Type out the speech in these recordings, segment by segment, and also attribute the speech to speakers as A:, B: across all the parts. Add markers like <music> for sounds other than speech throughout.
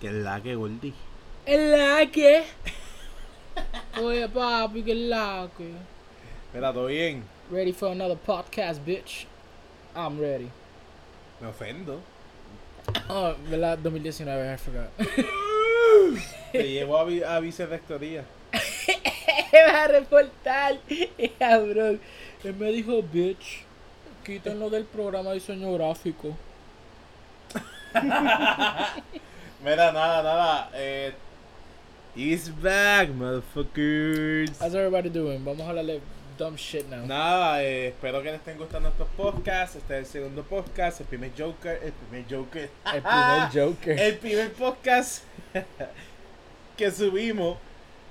A: Que es la que, Gordy.
B: Es la que. Oye, papi, que es la que.
A: Espera, ¿todo bien?
B: Ready for another podcast, bitch. I'm ready.
A: Me ofendo.
B: Oh, ¿verdad? 2019, I forgot. <laughs>
A: Te llevo a, vi- a vicerrectoría.
B: Me va a reportar. <laughs> Cabrón. Él me dijo, bitch, quítenlo del programa de diseño gráfico.
A: Mira, nada, nada. Eh, he's back, motherfuckers.
B: How's everybody doing? Vamos a hablarle dumb shit now.
A: Nada, eh, espero que les estén gustando estos podcasts. Este es el segundo podcast, el primer Joker, el primer Joker. <laughs>
B: El primer Joker.
A: El primer podcast <laughs> que subimos,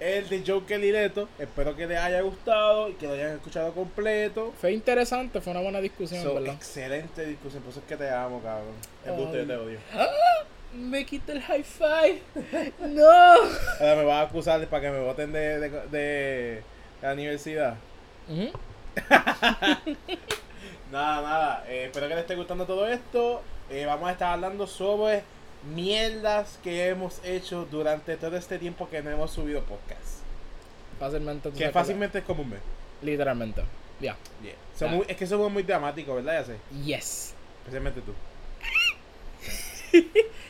A: el de Joker Lireto. Espero que les haya gustado y que lo hayan escuchado completo.
B: Fue interesante, fue una buena discusión,
A: So,
B: ¿verdad?
A: excelente discusión, por eso es que te amo, cabrón. Es
B: Ay.
A: usted te odio.
B: Me quita el
A: <laughs>
B: high five. No.
A: Ahora me vas a acusar para que me voten de, de, de la universidad.
B: Ujú.
A: Nada, nada. eh, espero que les esté gustando todo esto. Eh, vamos a estar hablando sobre mierdas que hemos hecho durante todo este tiempo que no hemos subido podcast.
B: Fácilmente. tú
A: Que
B: sacas-
A: fácilmente es como un mes.
B: Literalmente. Ya.
A: Yeah. Son
B: Ah.
A: muy- es que somos muy dramáticos, ¿verdad? Ya sé.
B: Yes.
A: Especialmente tú.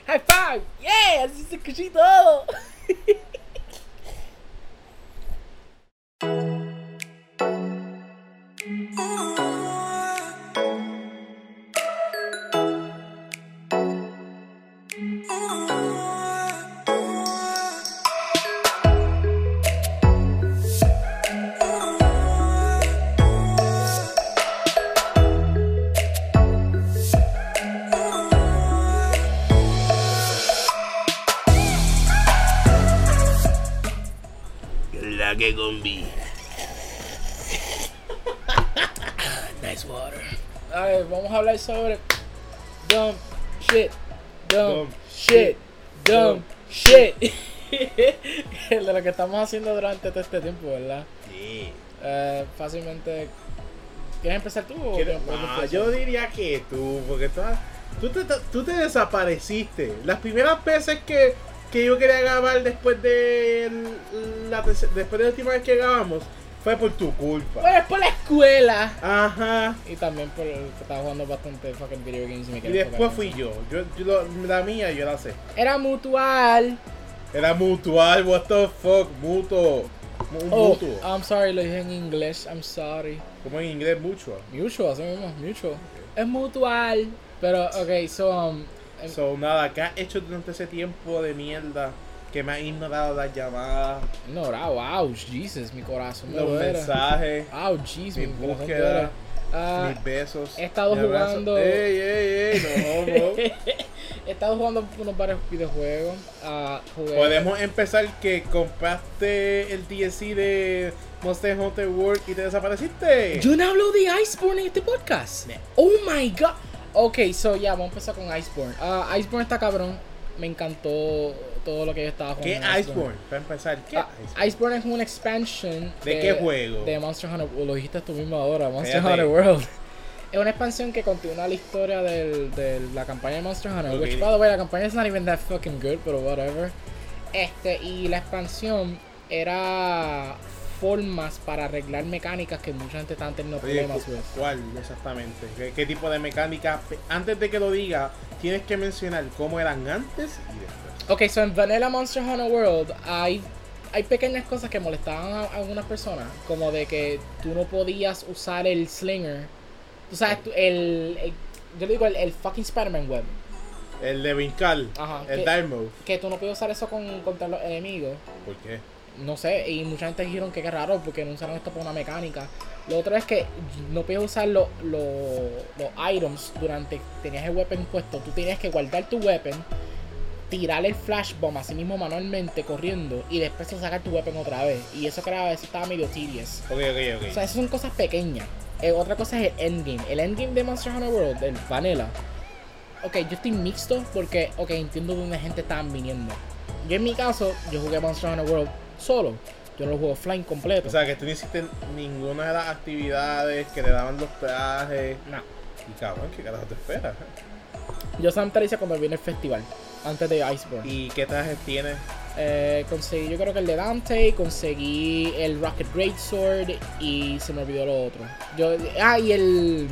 B: High five. Yeah, así se escuchó y todo.
A: La que combi.
B: Nice water. A ver, vamos a hablar sobre dumb shit. Dumb,
A: Dumb
B: shit. Dumb shit. <laughs> de lo que estamos haciendo durante todo este tiempo, ¿verdad?
A: Sí.
B: Eh, fácilmente. ¿Quieres empezar tú o
A: ¿Quieres-
B: yo-
A: Ah,
B: yo
A: yo
B: empiezo?
A: diría que tú, porque tú, tú, te, tú te desapareciste. Las primeras veces que, que yo quería grabar después de la, terce- después de la última vez que grabamos fue por tu culpa.
B: Pues por la escuela.
A: Ajá.
B: Y también por el que estaba jugando bastante fucking video games y me
A: Y
B: quedé
A: después
B: enfocado
A: fui
B: en
A: yo. yo, yo lo- la mía yo la sé.
B: eso. Era mutual.
A: Era mutual, what the fuck, mutuo. Mu- un
B: Oh,
A: mutuo.
B: I'm sorry, lo dije en inglés. I'm sorry.
A: Como en inglés, mutual.
B: Mutual, así mismo, mutual. Es mutual. Pero, ok, so, um, em-
A: So, nada, ¿qué has hecho durante ese tiempo de mierda? Que me has ignorado las llamadas,
B: no, bravo, ouch, Jesus, mi corazón me
A: los
B: duele.
A: mensajes.
B: Ouch, Jesus, mi,
A: Mi
B: corazón me
A: búsqueda,
B: duele. Ah,
A: mis besos.
B: he estado
A: mi abrazo.
B: jugando-
A: Ey, ey, ey, no,
B: <laughs>
A: no.
B: he estado jugando unos varios videojuegos. Ah, jugué.
A: Podemos empezar que compraste el DLC de Monster Hunter World y te desapareciste.
B: Yo no hablo de Iceborne en este podcast.
A: Ne.
B: Oh my god. Ok, so ya, vamos a empezar con Iceborne. Ah, Iceborne está cabrón. Me encantó todo lo que yo estaba
A: ¿Qué
B: jugando. en
A: Iceborne? Para empezar, ¿qué
B: Ah,
A: Iceborne?
B: Iceborne es una expansion.
A: ¿De qué juego?
B: De Monster Hunter World. Lo dijiste tú mismo ahora, Monster
A: Cállate.
B: Hunter World. <laughs> Es una expansión que continúa la historia del- de la campaña de Monster Hunter.
A: Ok.
B: Which, by the way, la campaña is not even that fucking good, pero whatever. Este, y la expansión era formas para arreglar mecánicas que mucha gente estaba teniendo
A: Oye,
B: problemas
A: cu-
B: with.
A: ¿Cuál exactamente? ¿Qué, qué tipo de mecánica? Pe- Antes de que lo diga, tienes que mencionar cómo eran antes y después.
B: Ok, so en Vanilla Monster Hunter World hay, hay pequeñas cosas que molestaban a a algunas personas, como de que tú no podías usar el slinger. Tú sabes, tú- el, el- Yo le digo el, el fucking Spider-Man web.
A: El de brincar,
B: Ajá,
A: el
B: ¿qué?
A: dive move.
B: Que tú no podías usar eso con, contra los enemigos.
A: ¿Por qué?
B: No sé, y mucha gente dijeron que qué raro porque no usaron esto por una mecánica. Lo otro es que no podías usar lo- lo- los items durante tenías el weapon puesto. Tú tenías que guardar tu weapon, tirar el flash bomb así mismo manualmente corriendo y después sacar tu weapon otra vez. Y eso creaba, eso estaba medio tedious.
A: Ok, ok, ok.
B: O sea, esas son cosas pequeñas. Eh, otra cosa es el endgame. El endgame de Monster Hunter World, el Vanilla. Ok, yo estoy mixto porque, ok, entiendo de dónde gente estaban viniendo. Yo en mi caso, yo jugué Monster Hunter World solo. Yo no lo juego offline completo.
A: O sea, que tú no hiciste ninguna de las actividades que te daban los trajes.
B: No.
A: Y cabrón, ¿qué carajo te espera?
B: Yo Santa hice cuando viene el festival, antes de Iceborne.
A: ¿Y qué trajes tienes?
B: Eh, conseguí, yo creo que el de Dante, conseguí el Rocket Greatsword y se me olvidó lo otro. Yo, ah, y el.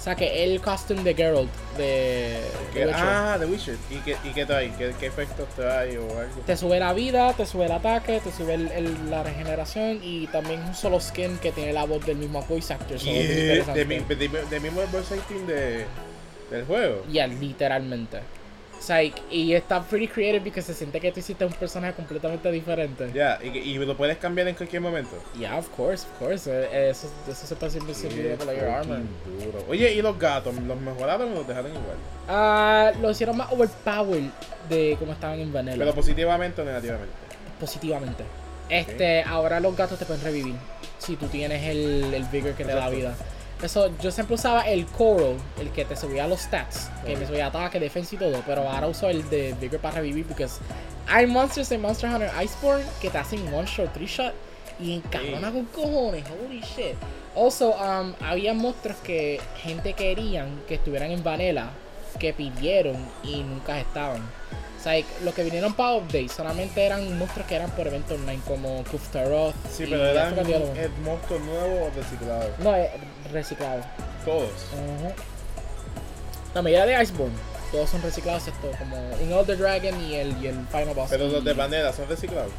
B: Saqué el costume de Geralt de. de
A: ¿Qué-
B: Witcher.
A: ah, The Witcher. ¿Y qué, y qué trae? ¿Qué, qué efectos trae o algo?
B: Te sube la vida, te sube el ataque, te sube el- el- la regeneración y también un solo skin que tiene la voz del mismo voice actor. eso es
A: Yeah, de,
B: interesante.
A: mi, de, mi- de mismo voice acting de, del juego.
B: Yeah, literalmente. O sea, y, y está pretty creative porque se siente que tú hiciste un personaje completamente diferente. Yeah,
A: Ya, y, que- y lo puedes cambiar en cualquier momento.
B: of course, of course. Eh, eh, Eso, eso se está siempre
A: Qué
B: sirviendo para your armor.
A: fucking duro. Oye, ¿y los gatos? ¿Los mejoraron o los dejaron igual?
B: Ah, lo hicieron más overpowered de como estaban en Vanilla.
A: Pero positivamente o negativamente.
B: positivamente. Este, ahora los gatos te pueden revivir si tú tienes el, el vigor que te da
A: Exacto.
B: vida. Eso, yo siempre usaba el Coral, el que te subía los stats, que
A: Ok.
B: me subía ataque, defensa y todo, pero ahora uso el de Vigor para revivir porque es- hay monsters en Monster Hunter Iceborne que te hacen one shot, three shot y encabrona con cojones, holy shit. Also, um, había monstruos que gente querían que estuvieran en Vanilla, que pidieron y nunca estaban. O sea, los que vinieron para Update solamente eran monstruos que eran por evento online, como Kuftaroth.
A: Sí,
B: y
A: pero
B: Azura
A: eran
B: Diablo.
A: el monstruo nuevo o reciclado.
B: No, eh, reciclados.
A: Todos.
B: Ujú. La mayoría de Iceborne, todos son reciclados, excepto como In All the Dragon y el, y el Final Boss.
A: Pero los de
B: y-
A: bandera son reciclados.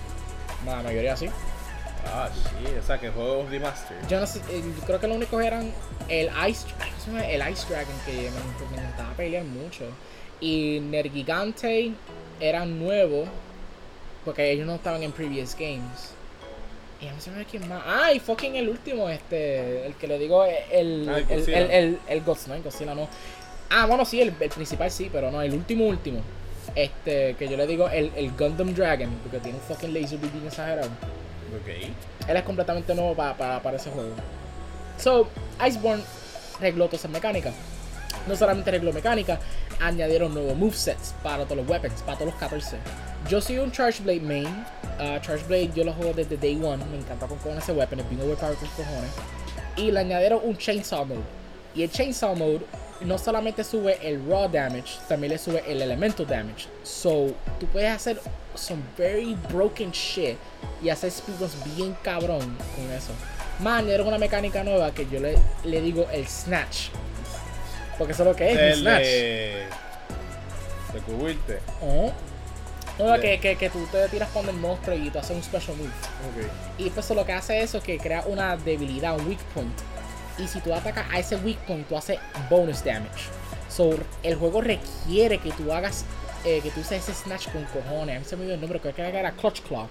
B: No, la mayoría sí.
A: Ah, sí, o sea que juegos remaster.
B: Yo no sé, eh, yo creo que los únicos eran el Ice, ay, ¿cómo se llama? el Ice Dragon que me, me encantaba pelear mucho. Y Nergigante eran nuevos porque ellos no estaban en previous games. Y no sé quién más. Ah, y fucking el último, este, el que le digo, eh, el,
A: Ah, el
B: el, el,
A: Godzilla.
B: el, el Gods- no, el Godzilla no. Ah, bueno, sí, el, el principal sí, pero no, el último, último. Este, que yo le digo el, el Gundam Dragon, porque tiene un fucking laser beam exagerado.
A: Ok.
B: Él es completamente nuevo para, para, para ese juego. So, Iceborne arregló todas esas mecánicas. No solamente arregló mecánica, añadieron nuevos movesets para todos los weapons, para todos los 14. Yo soy un Charge Blade main. Ah, Charge Blade yo lo juego desde day one. Me encanta con cojones ese weapon, es bien overpowered con cojones. Y le añadieron un Chainsaw Mode. Y el Chainsaw Mode no solamente sube el raw damage, también le sube el elemental damage. So, tú puedes hacer some very broken shit y hacer speedruns bien cabrón con eso. Man, era una mecánica nueva que yo le, le digo el Snatch. Porque eso es lo que es, un
A: El
B: Snatch.
A: de... De cubrirte.
B: Ajá. Oh. No,
A: De-
B: que, que, que tú te tiras con el monstruo y tú haces un special move.
A: Ok.
B: Y pues lo que hace eso es que crea una debilidad, un weak point. Y si tú atacas a ese weak point, tú haces bonus damage. So, el juego requiere que tú hagas, eh, que tú uses ese snatch con cojones. A mí se me dio el nombre, creo que era Clutch Claw.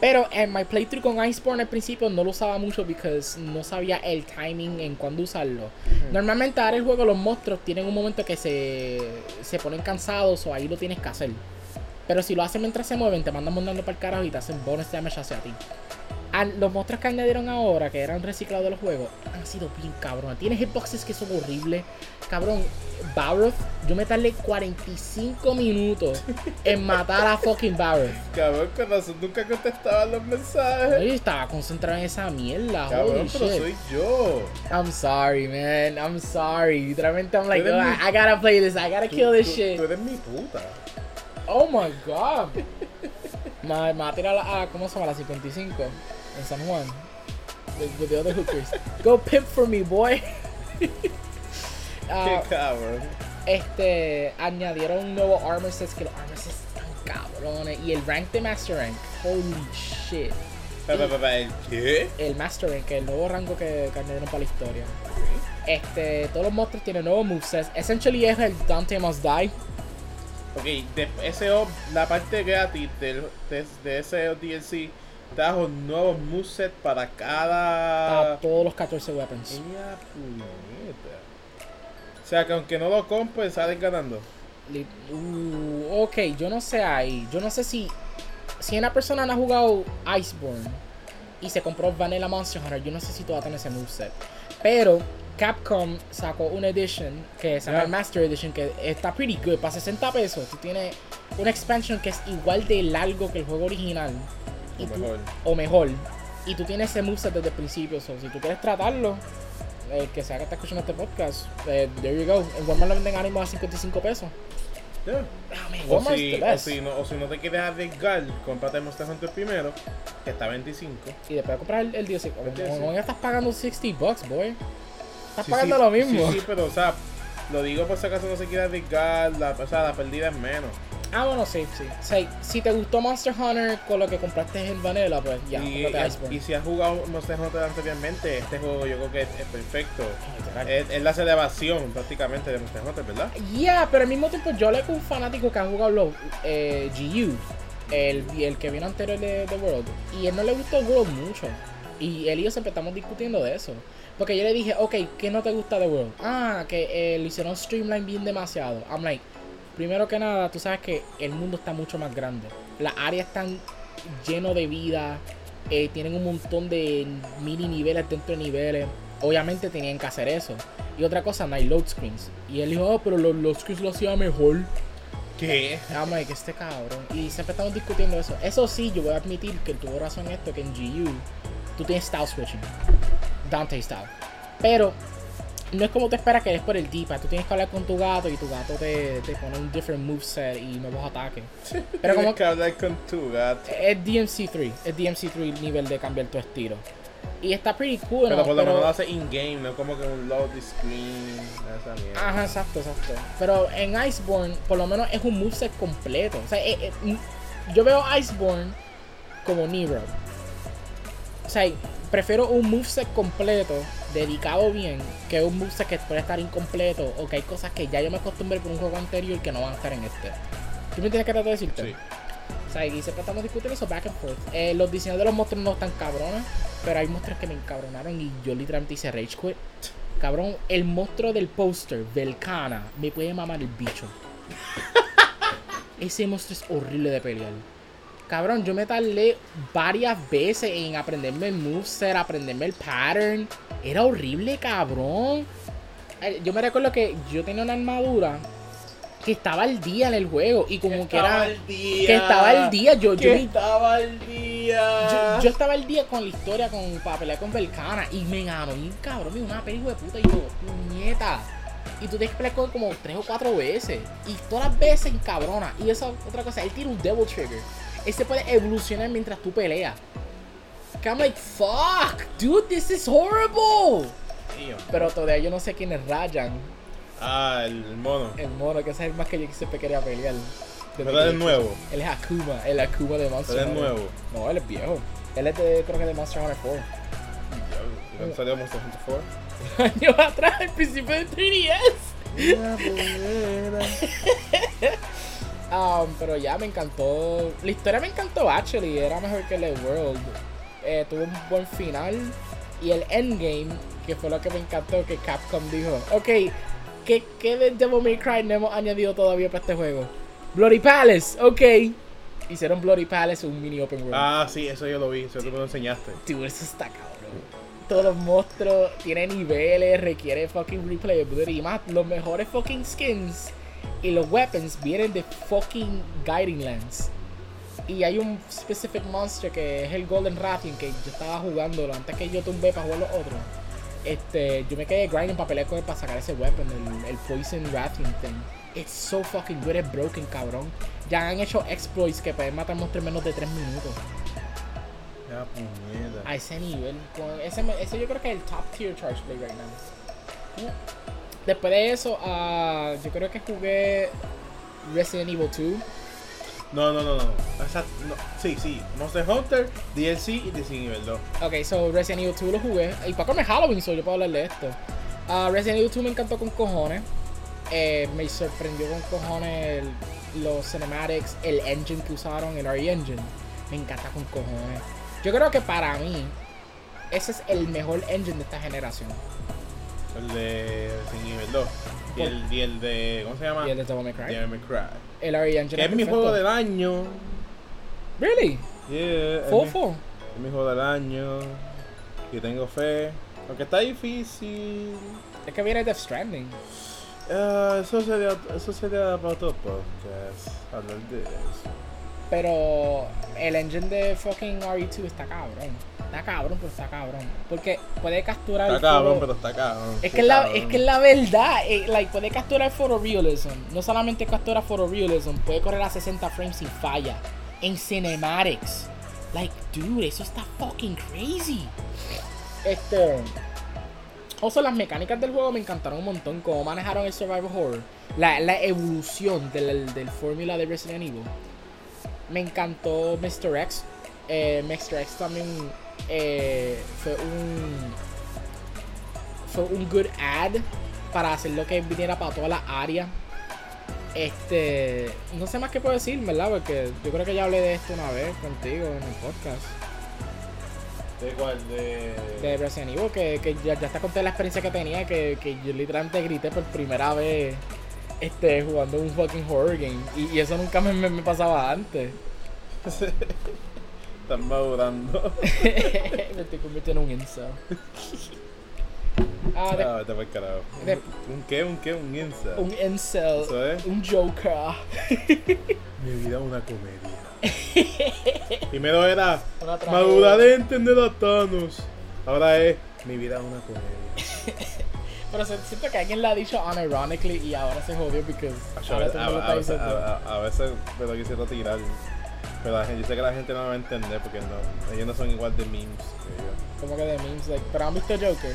B: Pero en my playthrough con Iceborne al principio no lo usaba mucho because no sabía el timing en cuándo usarlo. Normalmente ahora el juego los monstruos tienen un momento que se, se ponen cansados o ahí lo tienes que hacer. Pero si lo hacen mientras se mueven, te mandan mandando para el carajo y te hacen bonus damage hacia ti. Al- los monstruos que añadieron ahora, que eran reciclados de los juegos, han sido bien cabrón. Tiene hitboxes que son horribles. Cabrón, Barroth, yo me tardé 45 minutos en matar a fucking Barroth.
A: Cabrón, con razón nunca contestaban los mensajes.
B: Yo estaba concentrado en esa mierda.
A: Cabrón,
B: Holy
A: pero
B: shit.
A: soy yo.
B: I'm sorry, man. I'm sorry. Literalmente, I'm like,
A: Tú eres
B: "Oh,
A: mi-
B: I, I gotta play this. I gotta
A: Tú-
B: kill this
A: tú-
B: shit.
A: Tú eres mi puta.
B: Oh my god. Ma- Me va a tirar a, la- a- ¿cómo se llama? La 55 en San Juan. With, with the other hookers. Go pimp for me, boy. <laughs> Ah,
A: Qué cabrón.
B: este, añadieron un nuevo armor sets que los armor sets están cabrones. Y el rank de Master Rank. Holy shit.
A: Pa, pa, pa, pa, ¿el ¿Qué?
B: El Master Rank, el nuevo rango que, que añadieron para la historia. Este, todos los monstruos tienen nuevos movesets. Essentially es el Dante Must Die.
A: Ok, de- ese op- la parte gratis del- de, de ese DLC trajo nuevos moveset para
B: Para
A: cada.
B: todos los 14 weapons.
A: Ella puñeta. O sea que aunque no lo compres, sales ganando.
B: Li- Uh, ok, yo no sé ahí. Yo no sé si. Si una persona no ha jugado Iceborne y se compró Vanilla Monster Hunter, yo no sé si tú vas a tener ese moveset. Pero Capcom sacó una edition que se llama
A: Ya.
B: el Master Edition que está pretty good. Para 60 pesos, tú tienes una expansion que es igual de largo que el juego original.
A: O
B: Y tú-
A: mejor.
B: o mejor. Y tú tienes ese moveset desde el principio. so, si tú quieres tratarlo, el que sea que está escuchando este podcast, eh, there you go. En Walmart lo venden ánimos a 55 pesos.
A: Yeah.
B: Ah, man,
A: O,
B: Walmart's
A: si,
B: the
A: o,
B: best.
A: si no, o si no te quieres arriesgar, cómprate Monster Hunter primero, que está a 25.
B: Y después de comprar el, el DLC,
A: El
B: como-
A: DLC.
B: como ya estás pagando 60 bucks, boy. Estás
A: Sí,
B: pagando
A: sí,
B: lo mismo.
A: Sí, sí, pero o sea, lo digo por si acaso no se quiere arriesgar, la, o sea, la pérdida es menos.
B: Ah, bueno, sí, sí. O sea, si te gustó Monster Hunter con lo que compraste en Vanilla, pues ya,
A: y,
B: cómprate
A: y-
B: Iceborne.
A: y si has jugado Monster Hunter anteriormente, este juego yo creo que es, es perfecto.
B: Literal.
A: Es, es la celebración prácticamente de Monster Hunter, ¿verdad?
B: Yeah, pero al mismo tiempo yo le con un fanático que ha jugado los eh, GU, el, el que vino anterior de, de World, y él no le gustó World mucho. Y él y yo siempre estamos discutiendo de eso. Porque yo le dije, ok, ¿qué no te gusta de World? Ah, que eh, lo hicieron streamline bien demasiado. I'm like, primero que nada, tú sabes que el mundo está mucho más grande. Las áreas están lleno de vida. eh, tienen un montón de mini niveles dentro de niveles. Obviamente tenían que hacer eso. Y otra cosa, no hay load screens. Y él dijo, ah, pero los load screens lo hacía mejor.
A: ¿Qué?
B: I'm like, este cabrón. Y siempre estamos discutiendo eso. Eso sí, yo voy a admitir que él tuvo razón en esto, que en GU tú tienes style switching. Dante style. Pero no es como te esperas que es por el D-pad. Tú tienes que hablar con tu gato y tu gato te, te pone un different moveset y nuevos ataques.
A: Pero
B: Pero
A: como
B: como-
A: que hablar con tu gato.
B: Es DMC3. Es DMC3 nivel de cambiar tu estilo. Y está pretty cool,
A: Pero
B: ¿no?
A: por lo
B: Pero-
A: menos lo hace in-game, no como que un load screen. Esa mierda.
B: Ajá, exacto, exacto. Pero en Iceborne, por lo menos es un moveset completo. O sea, eh, eh, mm, yo veo Iceborne como Nero. O sea, prefiero un moveset completo, dedicado bien, que un moveset que puede estar incompleto o que hay cosas que ya yo me acostumbré por un juego anterior que no van a estar en este. ¿Tú me entiendes que trato de decirte?
A: Sí.
B: O sea, y siempre estamos discutiendo eso back and forth. Eh, los diseños de los monstruos no están cabrones, pero hay monstruos que me encabronaron y yo literalmente hice rage quit. Cabrón, el monstruo del póster, Velcana, me puede mamar el bicho. Ese monstruo es horrible de pelear. Cabrón, yo me tardé varias veces en aprenderme el moveset, aprenderme el pattern. Era horrible, cabrón. Eh, Yo me recuerdo que yo tenía una armadura que estaba al día en el juego y como que era que estaba al día. Yo, yo,
A: Que
B: me-
A: estaba al día.
B: yo- yo estaba al día con la historia con para pelear con Belcana y me ganó bien cabrón, me dio una película de puta y yo, puñeta. Y tú te que pelear con él como tres o cuatro veces. Y todas las veces cabrona. Y eso otra cosa, él tiene un Devil Trigger. Él se puede evolucionar mientras tú peleas. Que I'm like, fuck, dude, this is horrible.
A: Tío.
B: Pero todavía yo no sé quién es Ryan,
A: Ah, el mono.
B: el mono, que ese es el más que yo siempre quería pelear. Desde
A: Pero
B: que-
A: es nuevo.
B: Él es Akuma, el Akuma de Monster
A: Pero es
B: Hunter.
A: nuevo.
B: No, él es viejo. Él es de, creo que de Monster Hunter 4.
A: ¿Cuándo salió Monster Hunter 4?
B: <laughs> Años atrás, el principio de 3DS. Um, pero ya me encantó. La historia me encantó, actually. Era mejor que el de World. Eh, tuvo un buen final. Y el endgame, que fue lo que me encantó, que Capcom dijo: Ok, ¿qué, qué de Devil May Cry no hemos añadido todavía para este juego? Bloody Palace, ok. Hicieron Bloody Palace un mini open world.
A: Ah, sí, eso yo lo vi, eso tú me lo enseñaste.
B: Dude, eso está cabrón. Todos los monstruos tienen niveles, requiere fucking replayability y más. Los mejores fucking skins y los weapons vienen de fucking Guiding Lands. Y hay un specific monster que es el Golden Rathian que yo estaba jugando antes que yo tumbé para jugar los otros. Este, yo me quedé grinding para pelear con él para sacar ese weapon, el, el Poison Rathian thing. It's so fucking good, it's broken, cabrón. Ya han hecho exploits que pueden matar monstruos en menos de 3 minutos
A: Ya, Ah, puñeta.
B: a ese nivel. con- Ese, me- ese yo creo que es el top tier charge play right now. Después de eso, ah, yo creo que jugué Resident Evil 2.
A: No, no, no, no. Esa- no. Sí, sí. Monster Hunter, DLC y DC nivel 2.
B: Ok, so Resident Evil 2 lo jugué. Y para comer Halloween, so yo puedo hablar de esto. Ah, Resident Evil 2 me encantó con cojones. Eh, me sorprendió con cojones el- los cinematics, el engine que usaron, el RE engine. Me encanta con cojones. Yo creo que para mí, ese es el mejor engine de esta generación.
A: El de DC nivel 2. Y el, y el de. ¿Cómo se llama?
B: Y el de Devil May Cry.
A: Devil May Cry.
B: El RE engine.
A: Que es mi
B: perfecto.
A: juego del año.
B: Really?
A: Yeah. es mi-
B: Fofo.
A: Es mi juego del año. Y tengo fe. Aunque está difícil.
B: Es que viene Death Stranding.
A: Ah, eso sería eso sería para otro podcast. Hablar de eso.
B: Pero el engine de fucking RE2 está cabrón. Está cabrón, pero está cabrón. Porque puede capturar.
A: Está
B: el photo-
A: cabrón, pero está cabrón.
B: es
A: Sí,
B: que, es la,
A: cabrón.
B: es que es la verdad, eh, like, puede capturar photorealism. No solamente captura photorealism, puede correr a 60 frames sin falla. En cinematics. Like, dude, eso está fucking crazy. Este. Oso, las mecánicas del juego me encantaron un montón. Cómo manejaron el Survival Horror. La, la evolución del, del fórmula de Resident Evil. Me encantó Mr. X. Eh, Mr. X también eh, fue un fue un good ad para hacer lo que viniera para toda la área. Este, no sé más qué puedo decir, ¿verdad? Porque yo creo que ya hablé de esto una vez contigo en el podcast
A: ¿De cuál? De...
B: de Resident Evil, que, que ya, ya te conté la experiencia que tenía, que, que yo literalmente grité por primera vez este, jugando un fucking horror game. Y, y eso nunca me, me- me pasaba antes. <laughs>
A: Están madurando.
B: me estoy convirtiendo en un incel. Ah, de-
A: Ah, te fue el carajo.
B: de-
A: ¿Un qué? ¿Un qué? ¿Un insta?
B: un incel.
A: Eso es.
B: Un joker.
A: Mi vida es una comedia. <laughs> Primero era
B: Una
A: madurar de
B: tragedia.
A: entender a Thanos. Ahora es mi vida es una comedia.
B: Pero se- siento que alguien la ha dicho unironically y ahora se jodió porque
A: Acho, A
B: ahora
A: veces, a,
B: todo el mundo está
A: a veces,
B: diciendo,
A: a- a- a veces me lo quisiera tirar. Pero la gente- yo sé que la gente no me va a entender porque no, ellos no son igual de memes que yo.
B: como que de memes, like, pero han visto Joker.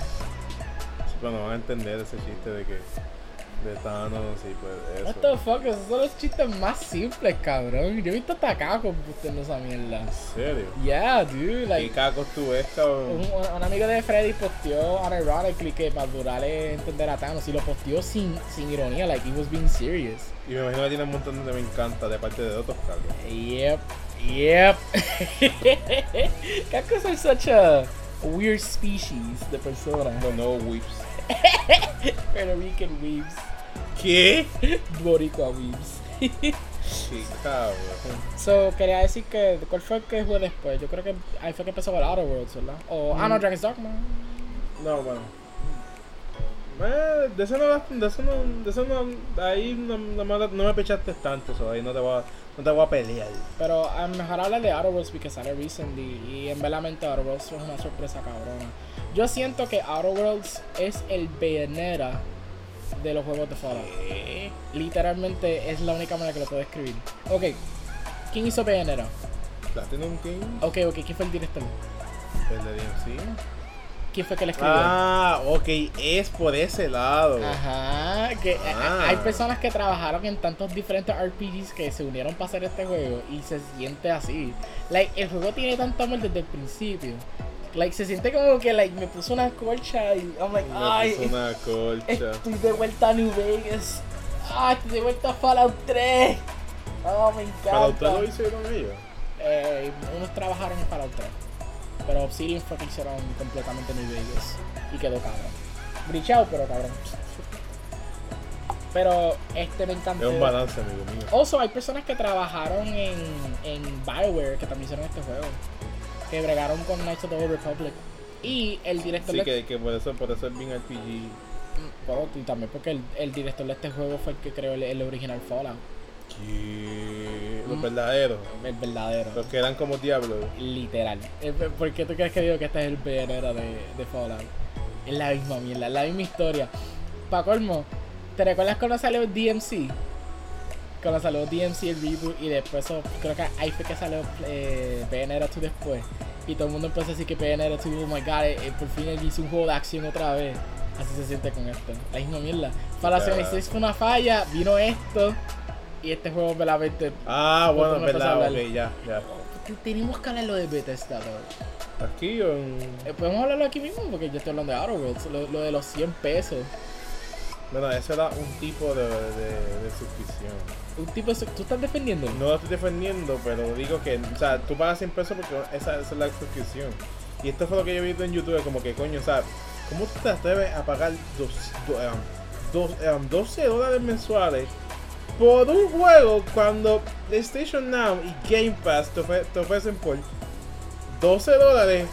A: Bueno, van a entender ese chiste de que. de Thanos y pues
B: What the
A: eso.
B: fuck, esos son los chistes más simples, cabrón. Yo he visto hasta acá con usted esa mierda.
A: ¿En serio?
B: Yeah, dude,
A: ¿Qué
B: like.
A: cacos tú ves, cabrón?
B: Un, un amigo de Freddy posteó unironically que madurar es entender a Thanos y lo posteó sin, sin ironía, like he was being serious.
A: Y me imagino que tiene un montón de me encanta de parte de otros cargos.
B: Yep, yep. <laughs> Cacos are such a weird species de personas.
A: No, no whips.
B: Puerto Rican weaves,
A: ¿Qué?
B: Boricua weaves.
A: Sí, cabrón.
B: <laughs> So, quería decir que, ¿cuál fue el que jugué después? Yo creo que ahí fue que empezó con Outer Worlds, ¿verdad? O, ah, no,
A: Mm.
B: Dragon's Dogma.
A: No, bueno. Eh, de eso no, de eso no, de eso no, ahí no, no me- no me pechaste tanto, so, ahí no te voy a, no te voy a pelear.
B: Pero a lo mejor hablar de Outer Worlds porque sale recently y en veramente Outer Worlds es una sorpresa cabrona. Yo siento que Outer Worlds es el Bayonetta de los juegos de Fallout.
A: ¿Qué?
B: Literalmente es la única manera que lo puedo describir. Ok, ¿quién hizo Bayonetta?
A: Platinum King,
B: Ok, ok, ¿quién fue el director?
A: el de DMC.
B: ¿Quién fue que le escribió?
A: Ah, ok, es por ese lado.
B: Ajá, que a- a-
A: Ah.
B: hay personas que trabajaron en tantos diferentes RPGs que se unieron para hacer este juego y se siente así. Like, el juego tiene tanto amor desde el principio. Like, se siente como que like, me puso una colcha y I'm like,
A: Me
B: ay,
A: puso una colcha.
B: estoy de vuelta a New Vegas. Ah, estoy de vuelta a Fallout 3. Oh, me
A: ¿Para
B: encanta.
A: usted lo hicieron ellos?
B: Eh, unos trabajaron en Fallout 3. Pero Obsidian fue que hicieron completamente New Vegas. Y quedó cabrón. Brichado, pero cabrón. Pero este me
A: Es
B: encantó.
A: un balance, amigo mío.
B: Also, hay personas que trabajaron en, en Bioware que también hicieron este juego. Que bregaron con Knights of the Old Republic. Y el director
A: Sí,
B: de
A: que, que por eso, por eso es bien RPG.
B: Bueno, y también porque el, el director de este juego fue el que creó el, el original Fallout.
A: Que- Los
B: Mm.
A: verdaderos.
B: El verdadero.
A: Los que eran como diablos.
B: Literal. Eh, pe- ¿Por qué tú crees que digo que este es el BNR de, de Fallout? Es la misma mierda, es la misma historia. Pa' colmo, ¿te recuerdas cuando salió DMC? Cuando salió DMC el reboot y después eso- creo que ahí fue que salió eh, BNR 2 después. Y todo el mundo empezó a decir que BNR 2, oh my god, eh, eh, por fin él hizo un juego de acción otra vez. Así se siente con esto. La misma mierda. Fallout
A: Ya.
B: 76 fue una falla, vino esto y este juego me la vete.
A: Ah,
B: Pues
A: bueno,
B: tú
A: es
B: me empezaste a
A: verdad,
B: hablar.
A: ok, ya, ya.
B: Tenemos que hablar lo de Bethesda, bro.
A: Aquí o en.
B: Eh, Podemos hablarlo aquí mismo porque yo estoy hablando de Outer Worlds, lo, lo de los 100 pesos.
A: Bueno, eso era un tipo de, de, de suscripción.
B: Un tipo, de su- ¿tú estás defendiendo?
A: No lo estoy defendiendo, pero digo que, o sea, tú pagas 100 pesos porque esa, esa es la suscripción. Y esto fue lo que yo he visto en YouTube, como que, coño, o sea, ¿cómo tú te atreves a pagar dos, do- em, dos, em, 12 dólares mensuales por un juego cuando PlayStation Now y Game Pass te, ofre- te ofrecen por 12 dólares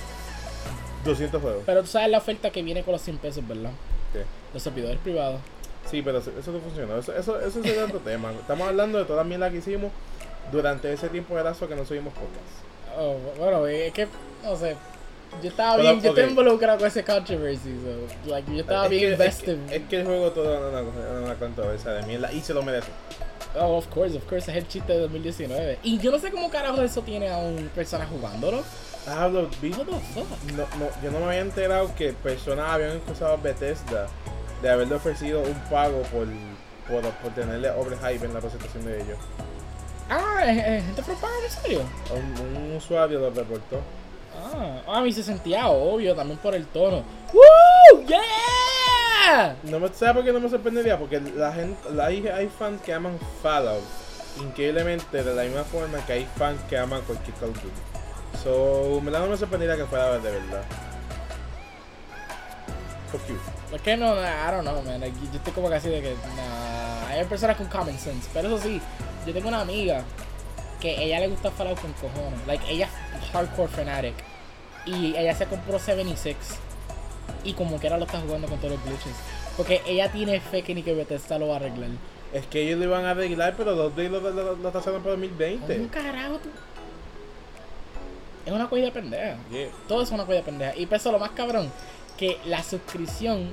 A: 200 juegos?
B: Pero tú sabes la oferta que viene con los 100 pesos, ¿verdad?
A: ¿Qué?
B: Los servidores privados.
A: <laughs> Sí, pero eso eso no funcionó. Eso, eso, eso es otro tema. Estamos hablando de toda la mierda que hicimos durante ese tiempo de lazo que no subimos podcast.
B: Oh, bueno, es que, no sé. Yo estaba
A: Pero,
B: bien, yo
A: ok.
B: estoy involucrado con ese controversy, so, like, yo estaba
A: Es
B: bien
A: que- es que,
B: invested.
A: es que el juego todo era una, era una controversia de mierda y se lo merece.
B: Oh, of course, of course, es el chiste de 2019. Y yo no sé cómo carajo eso tiene a un persona jugándolo.
A: Hablo, vi-
B: What the fuck?
A: no, no, yo no me había enterado que personas habían acusado a Bethesda de haberle ofrecido un pago por, por, por tenerle overhype en la presentación de ellos.
B: Ah, ¿es- es gente propaganda, en serio.
A: Un, un usuario lo reportó.
B: Ah, a mí se sentía obvio también por el tono. ¡Woo! ¡Yeah!
A: No me, ¿Sabes por qué no me sorprendería? Porque la gente, la- hay, hay fans que aman Fallout increíblemente de la misma forma que hay fans que aman cualquier Call of Duty. So, en verdad no me sorprendería que fuera de verdad. Fuck you.
B: Es que no, I don't know, man. Like, Yo estoy como casi de que. Nah, hay personas con common sense. Pero eso sí, yo tengo una amiga que ella le gusta Fallout con cojones. Like, ella es hardcore fanatic. Y ella se compró 76. Y como que ahora lo está jugando con todos los glitches. Porque ella tiene fe que ni que Bethesda lo va a arreglar.
A: Es que ellos lo iban a arreglar, pero los de lo, lo, lo, lo tasaron para
B: ¿Cómo
A: 2020.
B: carajo tú? Es una cuida pendeja.
A: Yeah.
B: Todo es una cuida pendeja. Y peso lo más cabrón, que la suscripción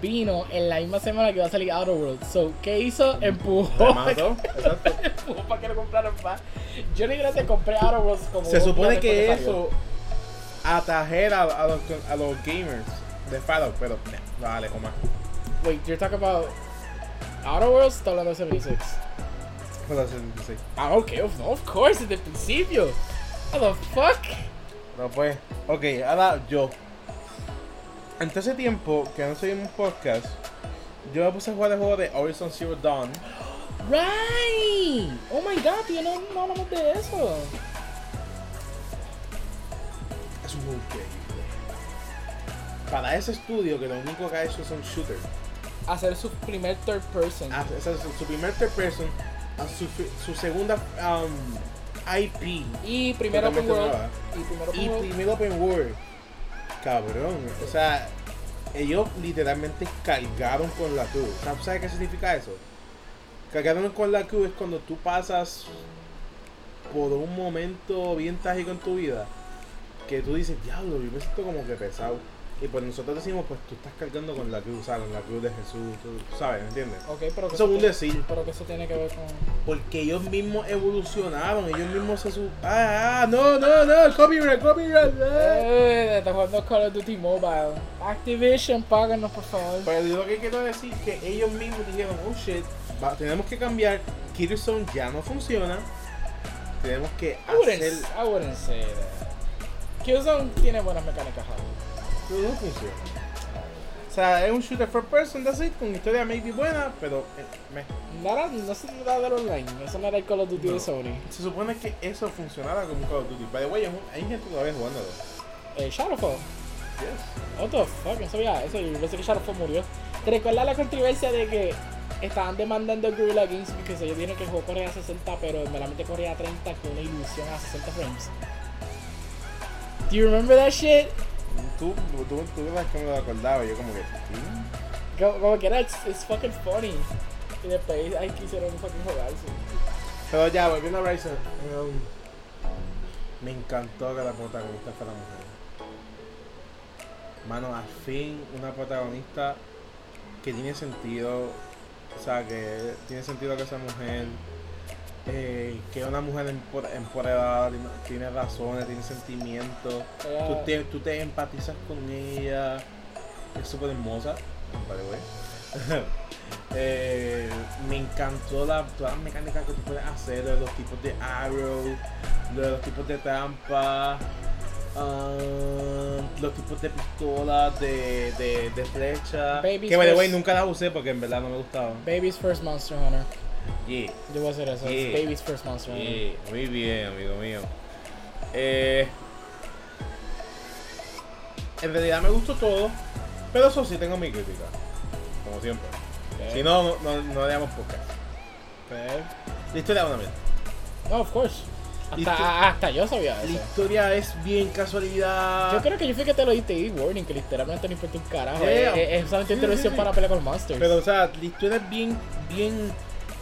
B: vino en la misma semana que iba a salir Outer World. So, ¿qué hizo? Empujó.
A: Remató, exacto.
B: Empujó para que lo compraran más. Yo ni gracias compré Outer Worlds como.
A: <laughs> Se
B: dos
A: supone
B: días
A: que
B: después salió.
A: eso atajera a, a los, a los gamers de Fallout, pero nah, vale, coma.
B: Wait, you're talking about Outer Worlds? Está hablando de 76.
A: Fallout 76.
B: Ah, ok, of, of course, desde el principio. What the fuck?
A: No pues. Ok, ahora yo. En todo ese tiempo que no subimos un podcast, yo me puse a jugar el juego de Horizon Zero Dawn.
B: Right. Oh my god, tío, no, no hablamos de eso.
A: Es un juego increíble. Para ese estudio que lo único que ha hecho son shooters.
B: Hacer su primer third person.
A: Ah, esa es su, su primer third person, ah, su, fi- su segunda um, IP
B: Y primero
A: Totalmente
B: Open World.
A: nueva.
B: Y
A: y
B: primero Open World.
A: primer open world. Cabrón, o sea, ellos literalmente cargaron con la Q. ¿Sabes sabes qué significa eso? Cargaron con la Q es cuando tú pasas por un momento bien trágico en tu vida que tú dices, diablo, yo me siento como que pesado. Y pues nosotros decimos, pues tú estás cargando con la cruz, ¿sabes? Con la cruz de Jesús, tú sabes, ¿me entiendes?
B: Ok, pero que
A: Eso es un
B: tiene-
A: decir.
B: Pero que eso tiene que ver con.
A: Porque ellos mismos evolucionaron, ellos mismos se su... Ah, ah, no, no, no, copyright, copyright. ah.
B: Eh, está jugando Call of Duty Mobile. Activision, páganos por favor.
A: Pero yo lo que quiero decir es que ellos mismos dijeron, oh shit, va- tenemos que cambiar, Killzone ya no funciona, tenemos que
B: I wouldn't,
A: hacer...
B: I wouldn't say that. Killzone tiene buenas mecánicas ahora.
A: No funciona. O sea, es un shooter first person, that's it, con historia maybe buena, pero... eh, me-
B: Nada, no se trata del online. Eso no era el Call of Duty
A: No.
B: de Sony.
A: Se supone que eso funcionara como un Call of Duty. By the way, es un- hay gente todavía jugándolo.
B: Eh, Shadowfall.
A: Yes.
B: What the fuck, no sabía eso. Yo pensé que Shadowfall murió. ¿Te recuerdas la controversia de que estaban demandando a Guerrilla Games porque ellos dijeron que el juego corría a 60, pero realmente corría a 30 con una ilusión a 60 frames? Do you remember that shit?
A: Tú, tú, tú, eras que me lo acordaba, yo como que... ¿sí?
B: Como, como que era, it's, it's fucking funny. Y después ahí quisieron fucking jugarse.
A: Pero ya, volviendo a Bryson. me encantó que la protagonista fuera mujer. Mano, al fin una protagonista que tiene sentido. O sea, que tiene sentido que sea mujer. eh, que es una mujer empo- empoderada, tiene- tiene razones, tiene sentimientos.
B: Era-
A: Tú te, tú te empatizas con ella. Es súper hermosa. by the way. <laughs> Eh, me encantó la, todas las mecánicas que tú puedes hacer, lo de los tipos de arrow, lo de los tipos de trampa, ah, los tipos de pistolas, de, de, de flecha.
B: Baby's
A: que by the way
B: first-
A: nunca las usé porque en verdad no me gustaban.
B: Baby's First Monster Hunter.
A: Yeah.
B: Yo voy a hacer eso. it's
A: Yeah.
B: Baby's First Monster Hunter.
A: Sí, muy bien, amigo mío. Eh, en realidad me gustó todo, pero eso sí tengo mi crítica, como siempre.
B: Okay.
A: Si no, no, no, no haríamos podcast.
B: Okay.
A: La historia es una mierda.
B: No, of course.
A: Y
B: Hasta,
A: tú-
B: hasta yo sabía
A: La
B: eso.
A: historia es bien casualidad.
B: Yo creo que yo fui que te lo diste y warning, que literalmente no importa un carajo.
A: Yeah.
B: Es, es solamente
A: Sí,
B: intervención
A: sí.
B: para pelear con monsters.
A: Pero, o sea, la historia es bien, bien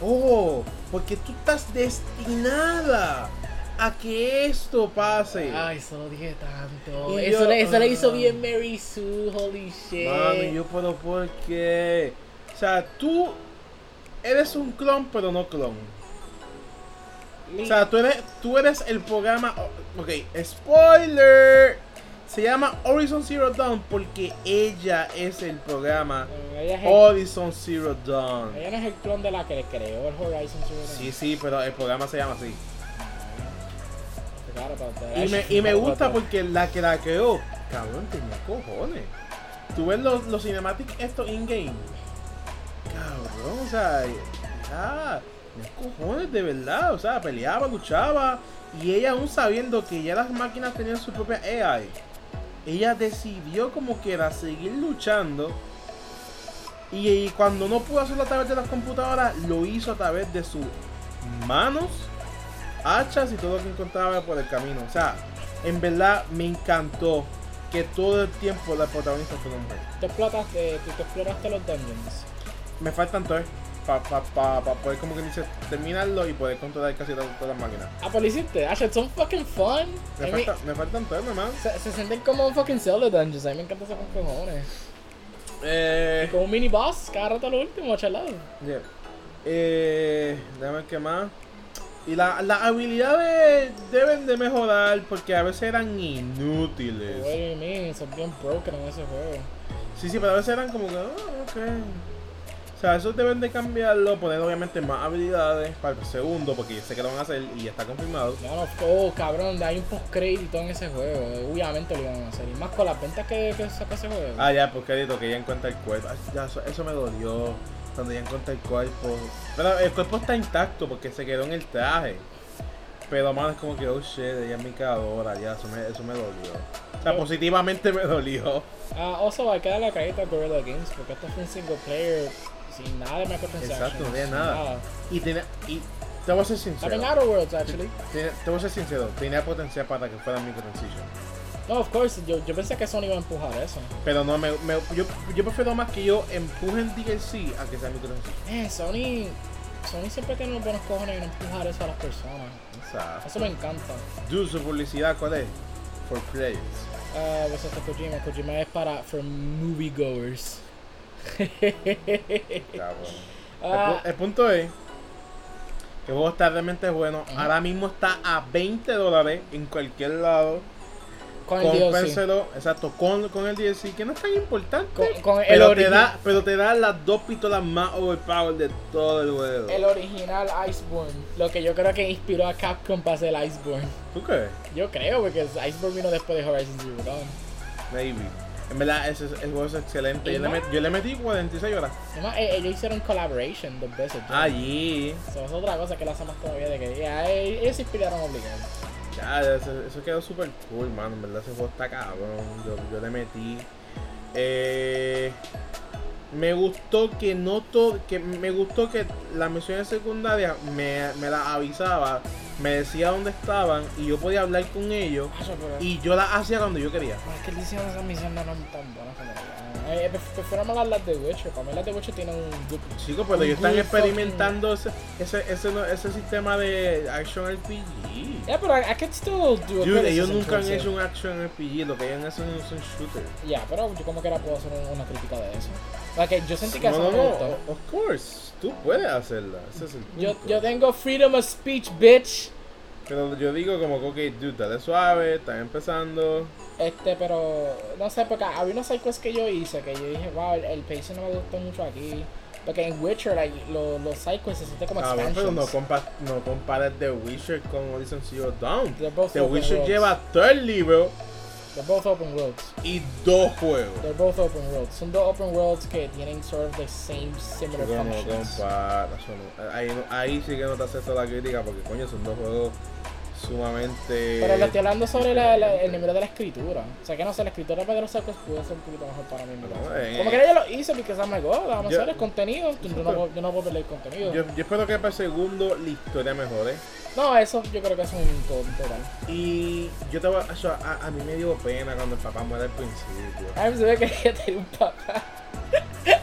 A: Oh, porque tú estás destinada a que esto pase.
B: Ay, eso lo dije tanto.
A: Y
B: Eso,
A: yo-
B: le, eso le hizo
A: ah.
B: bien Mary Sue, holy shit.
A: Mami, yo puedo porque. O sea, tú eres un clon, pero no clon.
B: Mi-
A: O sea, tú eres, tú eres el programa. Ok, spoiler. Se llama Horizon Zero Dawn porque ella es el programa
B: No, ella, es
A: oh.
B: el,
A: Horizon Zero Dawn.
B: ella no es el clon de la que le creó el Horizon Zero Dawn.
A: Sí, sí, pero el programa se llama así.
B: Forgot about that.
A: Y
B: I
A: me,
B: should
A: y me
B: forgot
A: gusta
B: about that.
A: porque la que la creó, cabrón, tenía cojones. Tú ves los, los cinematic estos in-game. Cabrón, o sea, ya, tenía cojones de verdad. O sea, peleaba, luchaba. Y ella aún sabiendo que ya las máquinas tenían su propia AI, ella decidió como que era seguir luchando. Y, y cuando no pudo hacerlo a través de las computadoras, lo hizo a través de sus manos hachas y todo lo que encontraba por el camino. O sea, en verdad me encantó que todo el tiempo la protagonista fue una mujer.
B: Tú explotaste, tú, tú exploraste los dungeons.
A: Me faltan tres para poder, como que dice, terminarlo y poder controlar casi to- todas las máquinas.
B: Ah, pues lo hiciste. Ah, shit, son fucking fun.
A: Me,
B: I mean,
A: falta- me faltan tres nomás.
B: se, se sienten como un fucking Zelda dungeons. A mí me encanta ese con cojones.
A: Eh,
B: Como un mini boss, cada rato lo último, chalado.
A: yeah. Eh, déjame ver qué más. Y la- las habilidades deben de mejorar porque a veces eran inútiles.
B: What do you mean? Son bien broken en ese juego.
A: Sí, sí, pero a veces eran como que, ah, ok. O sea, eso deben de cambiarlo, poner obviamente más habilidades para el segundo, porque yo sé que lo van a hacer y ya está confirmado.
B: No, no, oh, cabrón, hay un post-crédito en ese juego. Obviamente lo iban a hacer. Y más con las ventas que, que sacó ese juego.
A: Ah, ya, porque crédito que ya encuentra el cuerpo. Ay, ya, eso, eso me dolió. Cuando ya encuentra el cuerpo. Pero el cuerpo está intacto porque se quedó en el traje. Pero más es como que, oh shit, ella es mi cagadora, ya, eso me, eso me dolió. O sea,
B: No.
A: positivamente me dolió.
B: Ah, also, hay que darle crédito a Guerrilla Games porque esto fue un single player sin nada de microtransactions.
A: Exacto, no había
B: sin
A: nada. Y tiene. Y te voy a ser sincero.
B: Nothing out of worlds, actually.
A: Tiene- te voy a ser sincero, tenía potencial para que fuera microtransition.
B: No, of course, yo, yo pensé que Sony iba a empujar eso.
A: Pero no, me, me- yo, yo prefiero más que yo empujen DLC a que sea microtransition.
B: Eh, Sony. Sony siempre tiene unos buenos cojones en empujar eso a las personas.
A: Exacto.
B: Eso me encanta.
A: Dude, su publicidad, ¿cuál es? For players.
B: Ah, pues eso es Kojima. Kojima es para. for moviegoers. <laughs>
A: Cabrón. El
B: Eh, Ah,
A: pu- el, punto es que el juego está realmente bueno.
B: Ujú.
A: Ahora mismo está a 20 dólares en cualquier lado.
B: con el DLC.
A: Cómprenselo, exacto, con, con el DLC, que no es tan importante.
B: Con, con el,
A: pero, te
B: origi-
A: da, pero te da las dos pistolas más overpowered de todo el juego.
B: el original Iceborne. Lo que yo creo que inspiró a Capcom para hacer Iceborne.
A: ¿Tú qué?
B: Yo creo, porque Iceborne vino después de Horizon Zero Dawn.
A: Maybe. En verdad, ese, ese juego es excelente.
B: ¿Y
A: Yo le,
B: más?
A: met- yo le metí 46 horas.
B: Además, eh, ellos hicieron collaboration dos veces.
A: Ah.
B: ya.
A: Allí.
B: Eso es otra cosa que la hacemos todavía de que ya, eh, ellos se inspiraron obligado.
A: Ya, eso, eso quedó súper cool, mano. En verdad, ese juego está cabrón. Yo, yo le metí. Eh, me gustó que no todo. Que me gustó que las misiones secundarias me, me las avisaba. Me decía dónde estaban y yo podía hablar con ellos.
B: Macho, pero-
A: Y yo las hacía cuando yo quería.
B: Pero es que el diseño de esas misiones no eran tan buenas como la- eh, eh, pref- Prefiero más las- las de Witcher. Para mí las de Witcher tienen un good
A: Chicos, pero
B: Un
A: ellos están
B: good
A: experimentando ese, ese, ese, ese sistema de Action RPG.
B: Yeah, pero I, I could still do a
A: Dude, ellos
B: criticism
A: nunca han
B: towards it.
A: hecho un action RPG, lo que ellos han hecho es un- es un shooter.
B: Ya, pero yo como que era puedo hacer un- una crítica de eso. Porque yo sentí que
A: No,
B: eso
A: no,
B: me
A: no,
B: gustó.
A: of course, tú puedes hacerla, ese es el
B: Yo,
A: punto.
B: yo tengo freedom of speech, bitch.
A: Pero yo digo como que, ok, dude, dale suave, están empezando.
B: Este, pero no sé, porque había unos sidequests que yo hice que yo dije, wow, el, el pacing no me gustó mucho aquí. Porque en Witcher, like, lo- los sidequests se sienten como
A: Cabrón, Ah, pero no,
B: expansions.
A: compa- no compares The Witcher con Horizon Zero Dawn.
B: They're both
A: The
B: open
A: Witcher
B: worlds.
A: lleva tres libros
B: They're both open worlds.
A: y dos juegos.
B: They're both open worlds. Son dos open worlds que tienen sort of the same similar
A: Chico, no
B: functions.
A: comparas, eso no. Ahí, no- ahí sí que no te acepto la crítica porque, coño, son dos juegos sumamente...
B: Pero le estoy hablando sobre la- la- el nivel de la escritura. O sea que no sé, la escritura para los sacos pudo ser un poquito mejor para mí. ¿verdad?
A: No, eh,
B: Como que ella lo hizo porque I'm like, oh, vamos a
A: yo-
B: hacer el contenido. Yo no, puedo- yo no puedo perder el contenido.
A: Yo, yo espero que para el segundo la historia mejore.
B: no, eso yo creo que es un to- un total.
A: Y yo te voy a, yo- a, a mí me dio pena
B: <laughs>
A: cuando el papá muere al principio.
B: A mí se ve que ella tenía un papá.
A: Pero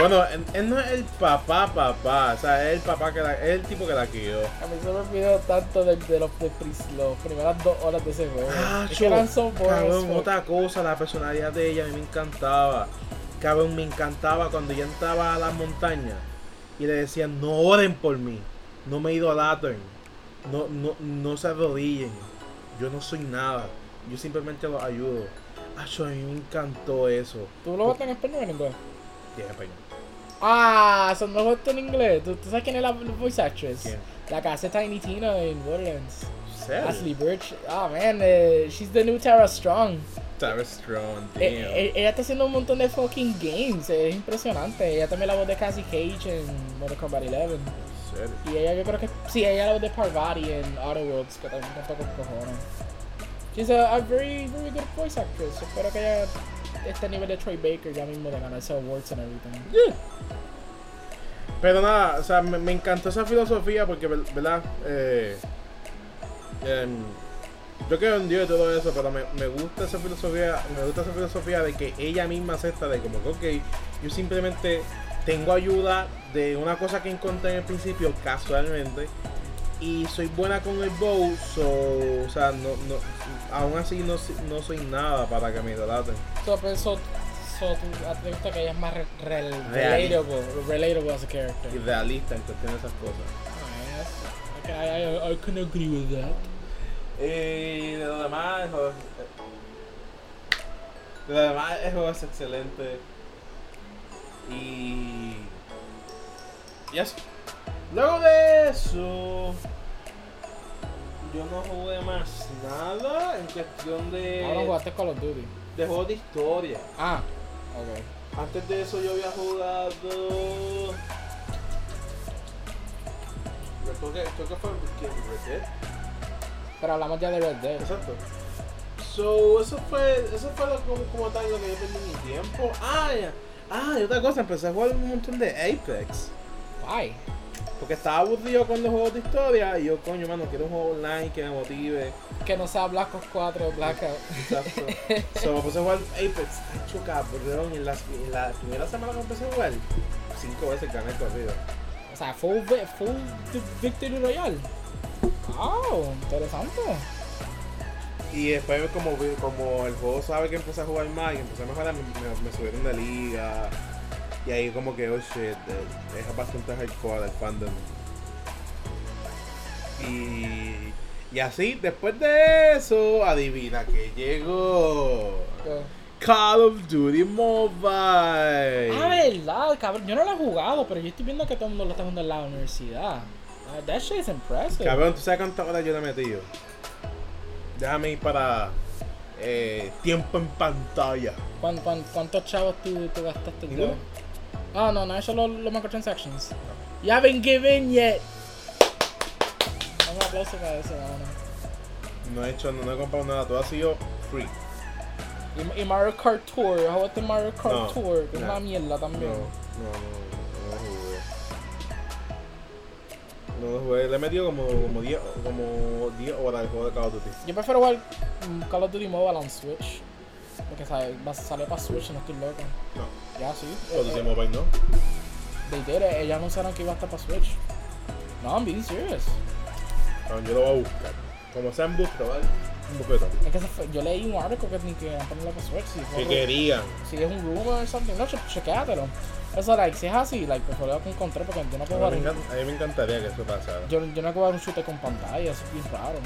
A: Bueno, él, él no es el papá, papá. O sea, es el papá que la, es el tipo que la crió.
B: A mí se me olvidó tanto de, de los, de pris- los primeras dos horas de ese juego.
A: Ah,
B: es que
A: chulo.
B: eran so boring as
A: Cabrón,
B: fuck.
A: otra cosa, la personalidad de ella a mí me encantaba. Cabrón, me encantaba cuando ella entraba a las montañas y le decían, no oren por mí, no me idolatren, no, no, no se arrodillen, yo no soy nada, yo simplemente los ayudo. Acho, a mí me encantó eso.
B: ¿Tú lo votas en español o en inglés?
A: Dije, "Pues, "Peño,
B: Ah, son los votos en inglés. ¿Tú, tú sabes quién es la voice actress? uh,
A: ¿quién?
B: La que hace Tiny Tina en Borderlands.
A: ¿Serio?
B: Ashley Birch. Ah, man, eh, she's the new Tara Strong.
A: Tara Strong,
B: Eh,
A: damn.
B: eh, ella está haciendo un montón de fucking games, eh, es impresionante. Ella también la voz de Cassie Cage en Mortal Kombat 11.
A: Serio.
B: Y ella, yo creo que. Sí, ella la voz de Parvati en Outer Worlds, que también canta con cojones. She's a, a very, very good voice actress. Yo espero que ella esté a nivel de Troy Baker ya mismo de ganarse awards and everything.
A: Pero nada, o sea, me, me encantó esa filosofía porque, ver- ¿verdad? Eh, em, yo creo en Dios y todo eso, pero me, me gusta esa filosofía, me gusta esa filosofía de que ella misma acepta de como que, ok, yo simplemente tengo ayuda de una cosa que encontré en el principio casualmente y soy buena con el bow, so, o sea, no, no, aún así no, si- no soy nada para que me idolaten.
B: So, pues, so, so, tú- a ti te gusta que ella es más re- re-
A: Realista.
B: relatable, relatable as a character.
A: Y realista en cuestión de esas cosas.
B: Alright, that's- okay, I, I, I can agree with that.
A: Y de lo demás, el juego, eh, de lo demás, el juego es excelente. Y. Y eso. Luego de eso. Yo no jugué más nada en cuestión
B: Ahora
A: de,
B: jugaste Call of Duty.
A: de juegos de historia.
B: Eh, Ah, ok.
A: Antes de eso yo había jugado. Creo que, creo que fue que Red Dead.
B: Pero hablamos ya de Red Dead.
A: Exacto. So, eso fue, eso fue lo, como, como tal lo que yo perdí mi tiempo. Ah, ya. ah, y otra cosa, empecé a jugar un montón de Apex.
B: Why?
A: Porque estaba aburrido con los juegos de historia y yo, coño, mano, quiero un juego online que me motive.
B: Que no sea Black Ops 4 o Blackout.
A: Exacto. so, me puse a jugar Apex. Hacho, cabrón, en, las- en la primera semana que empecé a jugar, cinco veces gané corrido.
B: O sea, full, vi- full di- Victory Royale. Wow, interesante.
A: Y después, como, vi- como el juego sabe que empecé a jugar más y empecé a mejorar, me, me- me subieron de liga. Y ahí, como que, oh shit, eh, es bastante hardcore el fandom. Y, y así, después de eso, adivina que llegó Call of Duty Mobile.
B: Ah, verdad, cabrón. Yo no lo he jugado, pero yo estoy viendo que todo el mundo lo está jugando en la universidad. Ah, that shit is impressive.
A: Cabrón, ¿tú sabes cuántas horas yo le he metido? Déjame ir para eh, tiempo en pantalla.
B: ¿Cuán- cuán- cuántos chavos tú, tú gastaste?
A: Ninguno.
B: yo? Ah, no, no, eso lo, los microtransactions. You haven't given yet. Un aplauso para eso, cabrón.
A: No he hecho, no, no he comprado nada, todo ha sido free.
B: Y, y Mario Kart Tour, jugaste Mario Kart
A: No,
B: Tour, que es
A: no.
B: una mierda también.
A: no, jugué. No lo jugué, le he metido como, como 10 como 10 horas al juego de Call of Duty.
B: Yo prefiero jugar mm, Call of Duty Mobile on Switch. Porque sabe, va- salió para Switch, no estoy loco.
A: No,
B: Ya, sí.
A: Call of
B: Eh,
A: Duty
B: eh, e
A: Mobile no.
B: they did it. Ellos anunciaron que iba a estar para Switch. No, I'm being serious.
A: Cabrón, yo lo voy a buscar. Como sea en busca, ¿vale? Un bofetón.
B: Es que se fue- yo leí un artículo que ni que iban a ponerlo para Switch. Si, fue
A: Que
B: ru-
A: querían.
B: si es un rumor o something, no, che- pues, chequéatelo. Eso, like, si es así, like, pues lo que encontré porque yo no
A: A
B: puedo
A: mí, me
B: jugar. un-
A: encan- a mí me encantaría que eso pasara.
B: Yo, yo no puedo jugar un shooter con pantalla, eso es bien raro.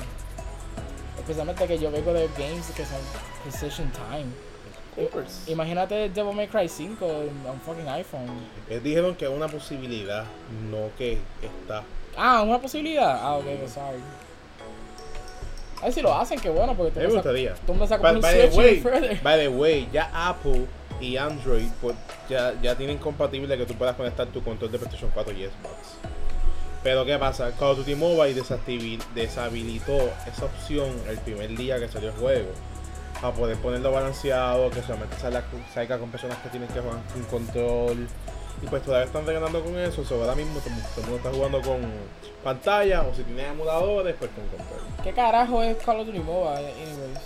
B: Especialmente que yo vengo de games que son precision time.
A: Of course.
B: Imagínate Devil May Cry 5 en un fucking iPhone.
A: Ellos Eh, dijeron que es una posibilidad, no que está.
B: Ah, una posibilidad. Ah, ok, ok, sorry. A ver si lo hacen, qué bueno, porque
A: A mí me gustaría.
B: tú me sacas
A: By,
B: un
A: by the
B: Switch
A: way,
B: even <laughs> further.
A: by the way, ya Apple y Android pues, ya, ya tienen compatible que tú puedas conectar tu control de PlayStation 4 y Xbox. Pero ¿qué pasa? Call of Duty Mobile desactivi- deshabilitó esa opción el primer día que salió el juego. Para poder ponerlo balanceado, que solamente salga, salga con personas que tienen que jugar con control. Y pues todavía están regalando con eso. So, ahora mismo todo todo el mundo está jugando con pantalla o si tienes emuladores, pues con control.
B: ¿Qué carajo es Call of Duty Mobile, anyways?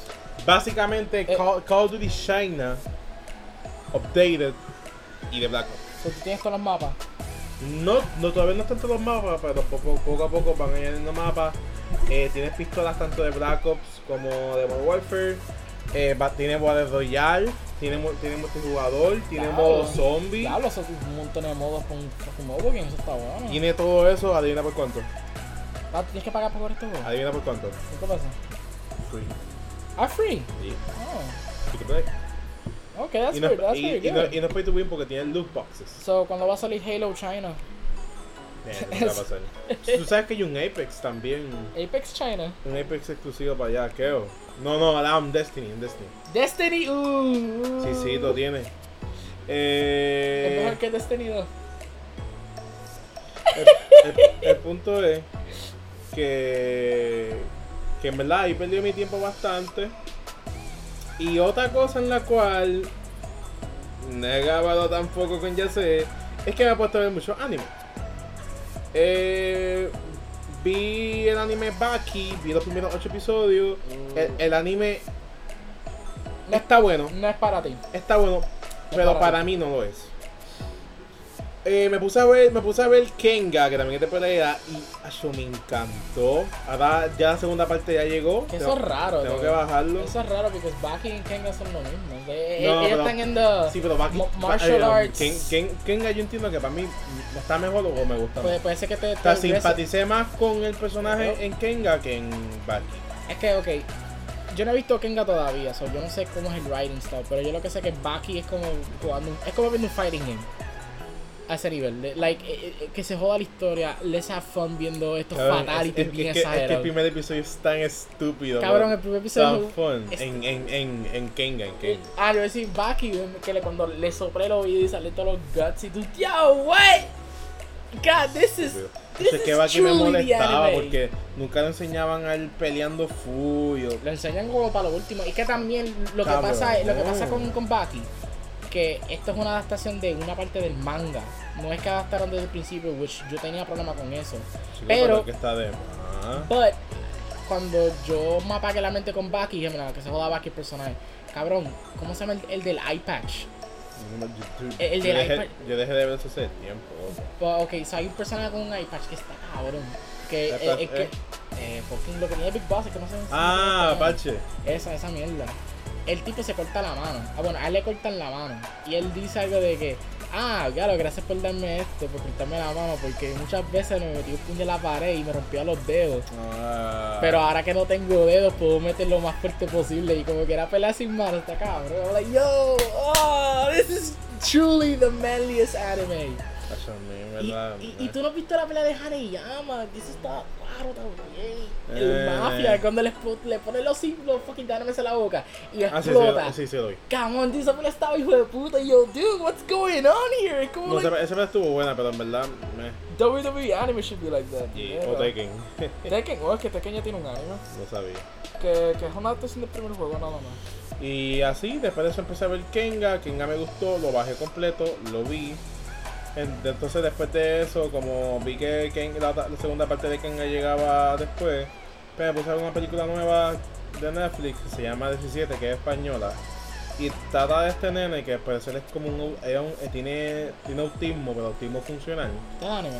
A: Básicamente,
B: Eh.
A: Call, Call of Duty China Updated y de Black Ops.
B: So, tú tienes todos los mapas.
A: No, no, todavía no están todos los mapas, pero poco, poco a poco van añadiendo mapas. Eh, tienes pistolas tanto de Black Ops como de Modern Warfare. Eh, va- tiene Battle Royale, tiene, mu- tiene multijugador, tiene
B: Diablo.
A: modo zombie.
B: Diablo, eso es un montón de modos con con mobile game, eso está bueno.
A: Tiene todo eso, adivina por cuánto.
B: Ah, ¿Tienes que pagar por este juego?
A: Adivina por cuánto.
B: ¿Qué pasa?
A: Free.
B: Ah, free.
A: Sí.
B: Oh,
A: Free to play.
B: ok, that's
A: Y no,
B: pretty, that's
A: y-
B: pretty
A: y no-
B: good.
A: y no es pay to win porque tiene loot
B: <laughs>
A: boxes.
B: So, cuando va a salir Halo China?
A: Eh, eso nunca va a pasar. Tú sabes que hay un Apex también.
B: Apex China?
A: Un Apex exclusivo para allá, creo. No, no, ah, un Destiny, un Destiny.
B: Destiny, uh,
A: Sí, sí, lo tiene.
B: Es
A: Eh,
B: mejor que Destiny 2.
A: el, el- el punto es que, que en verdad ahí perdí mi tiempo bastante. Y otra cosa en la cual no he grabado tampoco con ya sé es que me he puesto a ver mucho anime. Eh, vi el anime Baki, vi los primeros ocho episodios. El, el anime está bueno.
B: No es para ti.
A: Está bueno, pero
B: para
A: para mí no lo es. Eh, me puse a ver, me puse a ver Kenga, que también es de pelea, y acho, me encantó. Ahora ya la segunda parte ya llegó.
B: Que
A: Tengo-
B: eso es raro.
A: Tengo
B: dude.
A: que bajarlo.
B: Eso es raro porque Baki y Kenga son lo mismo. They-
A: No,
B: ellos
A: pero-
B: están en the
A: Sí, pero Baki-
B: mo-
A: Ba-
B: martial
A: eh,
B: arts.
A: Ken- Ken- Kenga yo entiendo que para mí no está mejor o me gusta
B: Puede,
A: más.
B: puede ser que te,
A: O
B: te
A: sea,
B: regrese.
A: simpaticé más con el personaje
B: Ujú.
A: en Kenga que en Baki.
B: Es que, ok, yo no he visto Kenga todavía, so yo no sé cómo es el writing style, pero yo lo que sé es que Baki es como jugando, un- es como viendo un fighting game. A ese nivel, de- like, eh, eh, que se joda la historia, les have fun viendo estos
A: Cabrón,
B: fatalities bien
A: que, es que el
B: exagerados.
A: primer episodio es tan estúpido.
B: Cabrón,
A: bro.
B: el primer
A: tan
B: episodio.
A: fun
B: es-
A: en, en, en, en Kenga, en Kenga.
B: Ah, yo voy a decir Baki, que le, cuando le sopré el oído y sale todos los guts y tú, yo, wey! God, this is.
A: estúpido.
B: This
A: Entonces, que
B: is
A: va aquí me
B: truly the
A: molestaba
B: anime.
A: porque nunca le enseñaban a él peleando full. o-
B: Lo enseñan como para lo último. Y que también lo que
A: Cabrón.
B: pasa, es- lo que pasa con, con Baki, que esto es una adaptación de una parte del manga. No es que adaptaron desde el principio, which yo tenía problema con eso.
A: Chico,
B: Pero-
A: que está de más.
B: But cuando yo me apagué la mente con Baki, dije, mira, que se joda Baki el personaje. Cabrón, ¿cómo se llama el, el del eye patch?
A: No, yo- tú-
B: El- el
A: yo
B: del
A: dejé,
B: iPad.
A: yo dejé de ver eso hace tiempo.
B: Pues, ok, so hay un personaje con un eye patch que está cabrón. Que
A: Eye
B: eh,
A: patch,
B: eh, que-
A: eh.
B: eh, fucking lo que tenía Big Boss, es que no sé si-
A: Ah,
B: no sé-
A: Pache.
B: Esa, esa mierda. El tipo se corta la mano. Ah, bueno, a él le cortan la mano. Y él dice algo de que, ah, claro, gracias por darme esto, por cortarme la mano, porque muchas veces me metí un puño en la pared y me rompía los dedos.
A: Ah.
B: Pero ahora que no tengo dedos, puedo meter lo más fuerte posible. Y como que era pelea sin mano, está cabrón. I'm like, yo, oh, this is truly the manliest anime.
A: Pache, a mí, en
B: Y,
A: verdad,
B: y-
A: me-
B: y tú no has visto la pelea de Haneyama, que eso está raro también. El
A: Eh.
B: mafia, cuando le, explo- le pone los símbolos fucking dynamics en la boca y
A: Ah, sí, sí, lo-
B: explota.
A: sí, sí, lo vi.
B: Come on, dude, esa pelea estaba hijo de puta. Y yo, dude, what's going on here? Es como
A: No,
B: like,
A: esa, esa vez estuvo buena, pero en verdad. Me,
B: WWE anime should be like that.
A: y-
B: mierda.
A: o Tekken.
B: Tekken, oh, es que Tekken ya tiene un anime.
A: <laughs> no sabía.
B: Que, que es una adaptación del primer juego nada más.
A: Y así, después de eso empecé a ver Kenga, Kenga me gustó, lo bajé completo, lo vi. En- Entonces después de eso, como vi que Kenga- la, otra- la segunda parte de Kenga llegaba después, pero puse a ver una película nueva de Netflix que se llama 17, que es española. Y trata de este nene que al parecer es como un, au- era un- eh, tiene, tiene autismo, pero autismo funcional.
B: ¿Qué anime?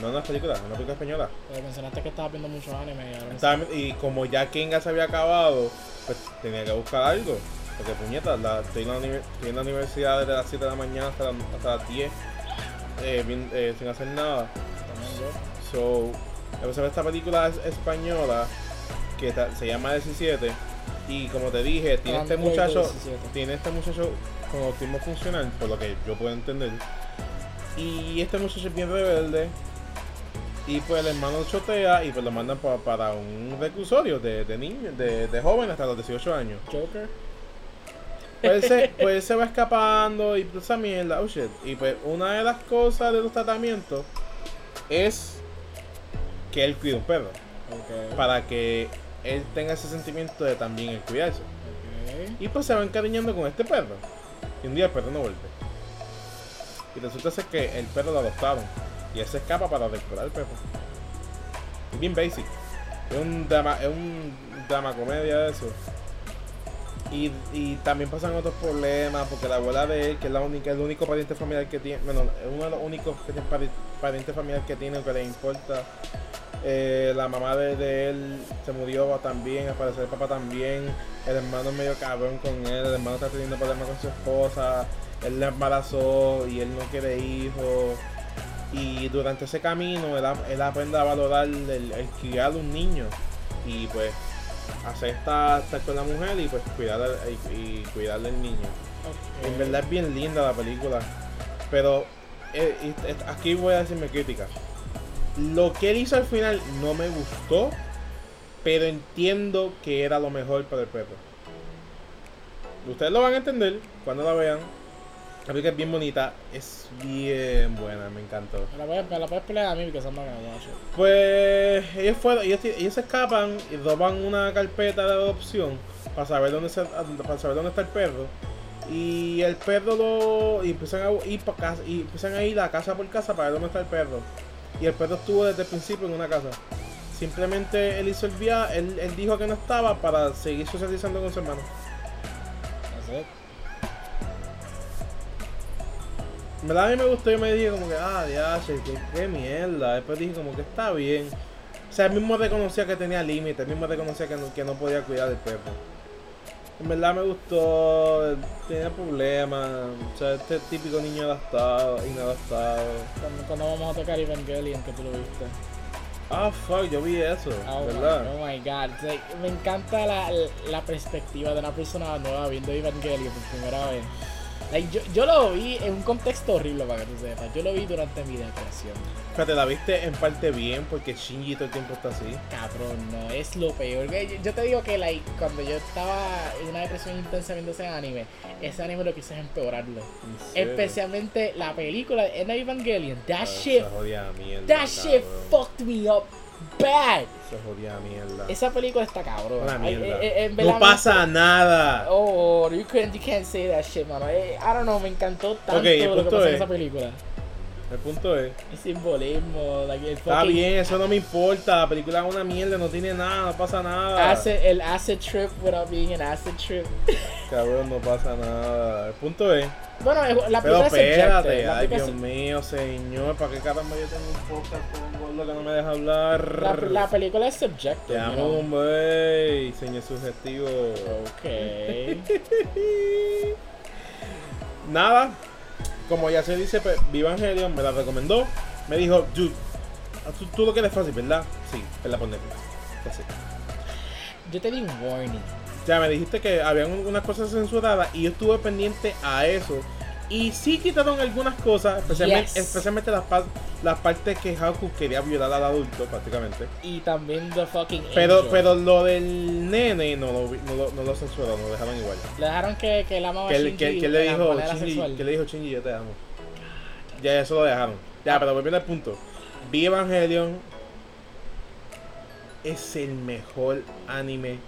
A: No una película, es una película española.
B: Pero mencionaste que estabas viendo muchos anime y ahora no sé.
A: Estaba- Y como ya Kenga se había acabado, pues tenía que buscar algo. Porque puñeta, la- estoy, en la uni- estoy en la universidad desde las 7 de la mañana hasta, la- hasta las 10, eh, bien- eh, sin hacer nada.
B: También yo.
A: So, empecé a ver esta película es- española que ta- se llama 17. Y como te dije, tiene este
B: Android
A: muchacho,
B: 17.
A: tiene este muchacho con autismo funcional, por lo que yo puedo entender. Y este muchacho es bien rebelde. Y pues el hermano chotea y pues lo mandan pa- para un reclusorio de, de niños, de, de jóvenes hasta los 18 años.
B: Joker.
A: Pues él se, pues él se va escapando y toda esa mierda. Oh shit. Y pues una de las cosas de los tratamientos es que él cuida un perro.
B: Ok.
A: Para que él tenga ese sentimiento de también el cuidarse.
B: Ok.
A: Y pues se va encariñando con este perro. Y un día el perro no vuelve. Y resulta ser que el perro lo adoptaron. Y él se escapa para recuperar al perro. Es bien basic. Es un drama, es un drama comedia de eso. Y, y también pasan otros problemas porque la abuela de él, que es la única, el único pariente familiar que tiene, bueno, es uno de los únicos que tiene pari- pariente familiar que tiene, que le importa. Eh, la mamá de, de él se murió también, al parecer el papá también. El hermano es medio cabrón con él, el hermano está teniendo problemas con su esposa. Él la embarazó y él no quiere hijos. Y durante ese camino él, a- él aprende a valorar el, el criar un niño. Y pues acepta estar con la mujer y pues cuidar al- y, y cuidar del niño.
B: Ok.
A: En verdad es bien linda la película. Pero eh, y- eh, aquí voy a decirme crítica. Lo que él hizo al final no me gustó, pero entiendo que era lo mejor para el perro. Ustedes lo van a entender cuando la vean. La película es bien bonita, es bien buena, me encantó.
B: Me la puedes, me la puedes pelear a mí porque son bacanas.
A: Pues ellos fueron, ellos, ti- ellos se escapan y roban una carpeta de adopción para saber dónde se- para saber dónde está el perro. Y el perro lo y empiezan a ir pa casa, y empiezan a ir a casa por casa para ver dónde está el perro. Y el perro estuvo desde el principio en una casa. Simplemente él hizo el viaje, él, él dijo que no estaba para seguir socializando con su hermano.
B: That's it.
A: En verdad a mí me gustó y me dije como que, ah, diache, qué, qué mierda. Después dije como que está bien. O sea, él mismo reconocía que tenía límites, él mismo reconocía que no, que no podía cuidar del perro. En verdad me gustó, tenía problemas, o sea, este típico niño adaptado, inadaptado.
B: Cuando, cuando vamos a tocar Evangelion, que tú lo viste.
A: Ah, fuck, yo vi eso,
B: Oh my,
A: ¿verdad?
B: oh my god, It's like, me encanta la, la perspectiva de una persona nueva viendo Evangelio por primera vez. Like, yo, yo lo vi en un contexto horrible para que tú sepas. Yo lo vi durante mi depresión.
A: Pero te la viste en parte bien porque Shinji todo el tiempo está así.
B: Cabrón, no, es lo peor. Yo, yo te digo que like, cuando yo estaba en una depresión intensa viendo ese anime, ese anime lo que hice es empeorarlo.
A: En serio.
B: Especialmente la película de End of Evangelion. That
A: Ah,
B: shit,
A: esa jodida mierda,
B: that shit
A: cabrón.
B: fucked me up bad.
A: Esa jodida mierda.
B: Esa película está cabrón.
A: Una
B: Ay,
A: mierda.
B: eh, eh, en verdad
A: no
B: me-
A: pasa nada.
B: Oh, you can't, you can't say that shit, mano. Eh, I don't know, me encantó tanto
A: Ok, el
B: lo que
A: punto
B: pasó en
A: es-
B: esa película.
A: El punto es.
B: El simbolismo, like, el
A: Está
B: fucking-
A: bien, eso no me importa. La película es una mierda, no tiene nada, no pasa nada.
B: acid- el acid trip without being an acid trip.
A: Cabrón, no pasa nada. El punto es.
B: Bueno, eh, la
A: Pero
B: película es subjective,
A: espérate,
B: la
A: ay
B: película
A: Dios
B: es-
A: mío, señor, ¿para qué caramba yo tengo un podcast con un gordo que no me deja
B: la,
A: hablar?
B: la película es subjective.
A: Te
B: you
A: amo,
B: know.
A: hombre, señor subjetivo. <laughs>
B: Ok.
A: Nada, como ya se dice, pues, Evangelion me la recomendó. Me dijo, dude, tú, tú lo quieres fácil, ¿verdad? Sí, te la pones. Así.
B: Yo te di un warning.
A: Ya me dijiste que habían un- unas cosas censuradas y yo estuve pendiente a eso. Y sí quitaron algunas cosas, especialmente,
B: Yes.
A: especialmente las, par- las partes que Haku quería violar al adulto prácticamente.
B: Y también The Fucking
A: Pero,
B: Angel.
A: pero lo del nene no lo, vi- no lo, no lo censuraron, lo dejaron igual.
B: Le dejaron que, que la mamá
A: Que, le- que- que le dijo Shinji,
B: sexual.
A: que le dijo Shinji, yo te amo. Ya eso lo dejaron. Ya, pero volviendo al punto. Vi Evangelion es el mejor anime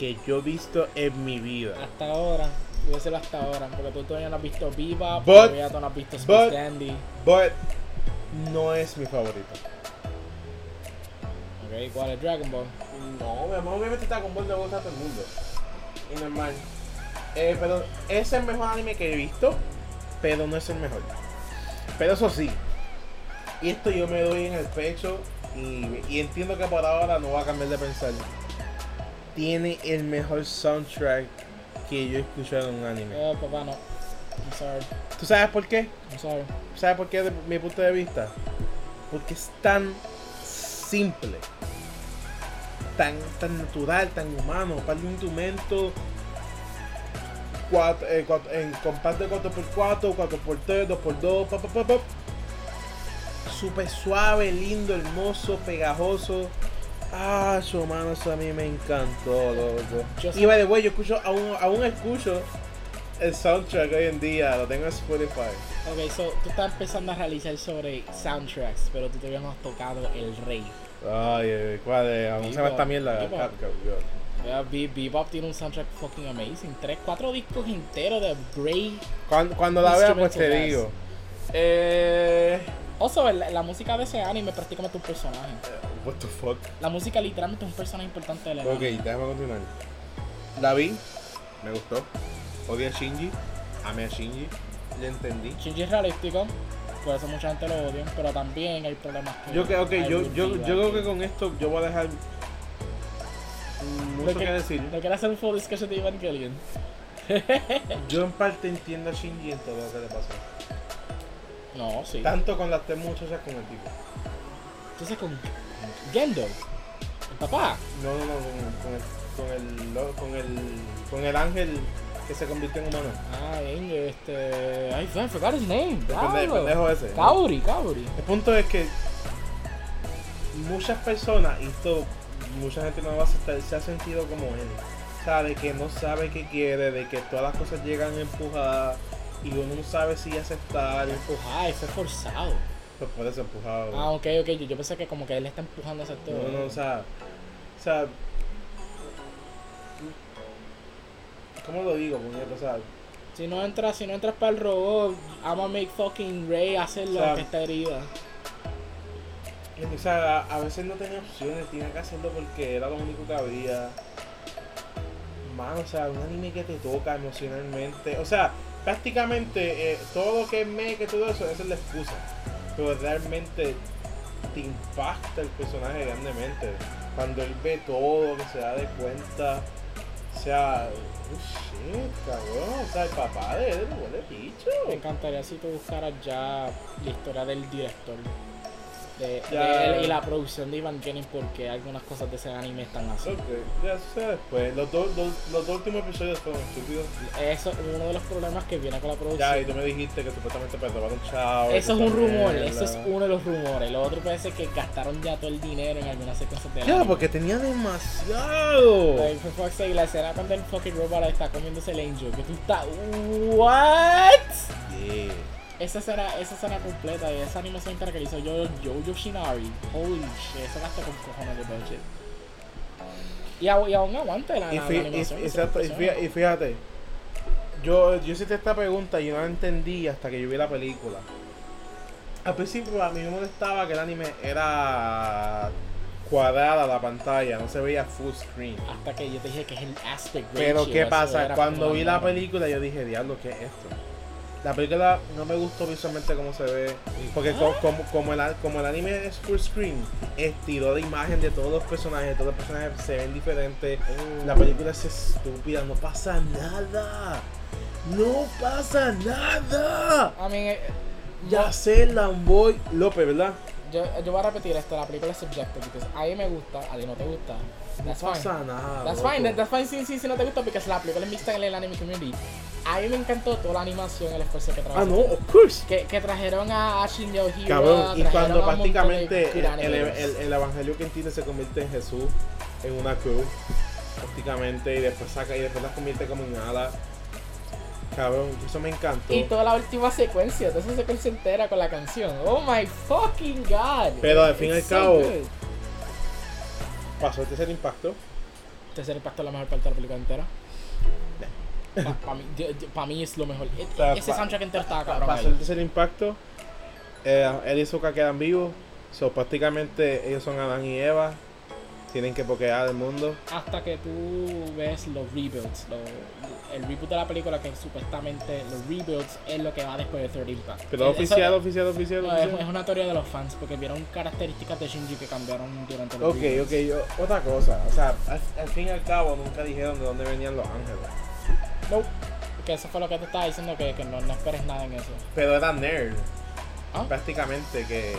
A: que yo he visto en mi vida.
B: Hasta ahora. Yo sé hasta ahora. Porque tú todavía no has visto Viva.
A: But-
B: Todavía tú no has visto Space
A: but-
B: Dandy.
A: But no es mi favorito.
B: Ok, ¿cuál es Dragon Ball?
A: No, mi amor, obviamente Dragon Ball le gusta a todo el mundo. Y normal. Eh, pero es el mejor anime que he visto, pero no es el mejor. Pero eso sí, y esto yo me doy en el pecho y, y entiendo que por ahora no va a cambiar de pensar. Tiene el mejor soundtrack que yo he escuchado en un anime.
B: Eh, papá, no. I'm sorry.
A: ¿Tú sabes por qué?
B: I'm sorry.
A: ¿Sabes por qué? De mi punto de vista. Porque es tan simple. Tan, tan natural, tan humano. Un par de instrumentos. cuat- eh, cuat- en compás de 4x4, 4x3, 2x2, pop, pop, pop, pop. Súper suave, lindo, hermoso, pegajoso. Ah, su mano, eso a mí me encantó, loco.
B: Yo sé-
A: Y by the way, yo escucho, aún, aún escucho el soundtrack hoy en día, lo tengo en Spotify.
B: Ok, so tú estás empezando a realizar sobre soundtracks, pero tú todavía no has tocado El Rey.
A: Ay, eh, ¿cuál es? ¿Cómo se llama esta mierda?
B: Bebop.
A: Cap- cap-
B: Yeah, Be- Bebop tiene un soundtrack fucking amazing. Tres, cuatro discos enteros de Grey.
A: Cuando, cuando la vea, pues te
B: Instrumental
A: digo. Eh.
B: Also, la, la música de ese anime es prácticamente un personaje.
A: Eh, What the fuck?
B: La música literalmente es un personaje importante del anime.
A: Ok, déjame continuar. La vi, Me gustó. Odia a Shinji. Amé a Shinji. Le entendí.
B: Shinji es realístico, por eso mucha gente lo odia, pero también hay problemas que.
A: Yo creo que
B: hay
A: yo,
B: un
A: yo, yo
B: feedback.
A: creo que con esto yo voy a dejar mucho
B: Lo
A: que, decir.
B: Lo que era hacer un full discussion de Evangelion.
A: Yo en parte entiendo a Shinji en todo lo que le pasó.
B: No, sí.
A: Tanto con las tres muchachas como el tipo.
B: Entonces con Gendo, el papá.
A: No, no, no, con, con el, con el con el con el ángel que se convirtió en humano.
B: Ah, Gendo, este. Ay, I forgot his name.
A: El pende- el
B: diablo.
A: pendejo ese.
B: Kaori, Kaori.
A: El punto es que muchas personas, y esto mucha gente no va a aceptar, se ha sentido como él. O sea, de que no sabe qué quiere, de que todas las cosas llegan empujadas y uno no sabe si aceptar.
B: Empujado, y fue forzado.
A: Pues por eso empujado.
B: Ah, ok, ok. Yo, yo pensé que como que él está empujando a hacer todo.
A: No, no, o sea. O sea. ¿Cómo lo digo, puñeta? O sea,
B: Si no entras, si no entras para el robot, I'ma make fucking Ray hacer lo
A: Claro.
B: que está herida.
A: o sea, a, a veces no tenía opciones, tenía que hacerlo porque era lo único que había. Mano, o sea, un anime que te toca emocionalmente. O sea, prácticamente eh, todo lo que es mecha y todo eso, esa es la excusa. Pero realmente te impacta el personaje grandemente. Cuando él ve todo, que se da de cuenta. O sea, oh shit, cabrón. O sea, el papá de él, huele bicho.
B: Me encantaría si tú buscaras ya la historia del director. De,
A: Ya.
B: de él y la producción de Evangelion, porque algunas cosas de ese anime están así.
A: Ok, ya eso será después. Los dos, los- los dos últimos episodios fueron estúpidos.
B: Eso es uno de los problemas que viene con la producción.
A: Ya, y tú me dijiste que supuestamente pues, te robaron chao.
B: Eso es un rumor, eso es uno de los rumores. Lo otro parece que gastaron ya todo el dinero en algunas secuencias de
A: Ya, porque tenía demasiado.
B: Like, for fuck's sake, la escena cuando el fucking robot está comiéndose el angel, que tú estás... ¿What?
A: Yeah.
B: Esa será, esa será completa y esa animación cara que le hizo yo, yo Yoshinari. Holy shit, eso gasta con cojones de budget. Y, au- y aún aguante la,
A: Y,
B: la- la
A: fí- y-
B: animación. esa
A: exacto, y,
B: animación.
A: fí- y fíjate, yo, yo hice esta pregunta y yo no la entendí hasta que yo vi la película. Al principio a mí me molestaba que el anime era cuadrada la pantalla, no se veía full screen.
B: Hasta que yo te dije que es el aspect ratio.
A: Pero qué
B: eso
A: pasa,
B: era
A: cuando
B: como
A: vi la
B: nada.
A: película yo dije, diablo, ¿qué es esto? La película no me gustó visualmente cómo se ve, porque co- como, como el, a- como el anime es full screen, estiró la imagen de todos los personajes, todos los personajes se ven diferentes,
B: Oh.
A: la película es estúpida, no pasa nada, no pasa nada.
B: I mean, eh,
A: Ya sé, Lamboy López, ¿verdad?
B: yo, yo voy a repetir esto, la película es subjective, because a mí me gusta, a ti no te gusta.
A: No
B: That's fine.
A: pasa nada.
B: That's
A: loco.
B: fine, that- that's fine, sí, sí, sí, no te gusta porque la película es mixta en el anime community. A mí me encantó toda la animación, el esfuerzo que trabajó.
A: Ah, no, of course.
B: Que, que trajeron a Ashin Yo Hiro.
A: Cabrón, y
B: trajeron
A: cuando
B: a un montón de
A: prácticamente el,
B: tiranes.
A: el, el- el evangelio que entiende se convierte en Jesús, en una cruz, prácticamente, y después saca y después la convierte como en ala. Cabrón, eso me encantó.
B: Y toda la última secuencia, toda esa secuencia entera con la canción. Oh my fucking god.
A: Pero al fin y al
B: It's so
A: cabo-
B: good.
A: Pasó el tercer impacto.
B: Tercer impacto Este es la mejor parte de la película entera. Para mí, yo- yo- pa' mí es lo mejor. E-
A: sea,
B: ese
A: pa-
B: soundtrack entero estaba cabrón.
A: Pasó el
B: ahí.
A: tercer impacto. Eh, él y Zuka quedan vivos. So, prácticamente ellos son Adán y Eva. Tienen que pokear del mundo.
B: Hasta que tú ves los rebuilds, lo- el reboot de la película que supuestamente los rebuilds es lo que va después de Third Impact.
A: Pero
B: Eso-
A: oficial, oficial, oficial,
B: No, es,
A: oficial.
B: es una teoría de los fans porque vieron características de Shinji que cambiaron durante los
A: Ok, ok,
B: remakes.
A: yo- otra cosa. O sea, al, al fin y al cabo nunca dijeron de dónde venían los ángeles.
B: Que eso fue lo que te estaba diciendo, que, que no, no esperes nada en eso.
A: Pero era nerd.
B: Ah.
A: Prácticamente que,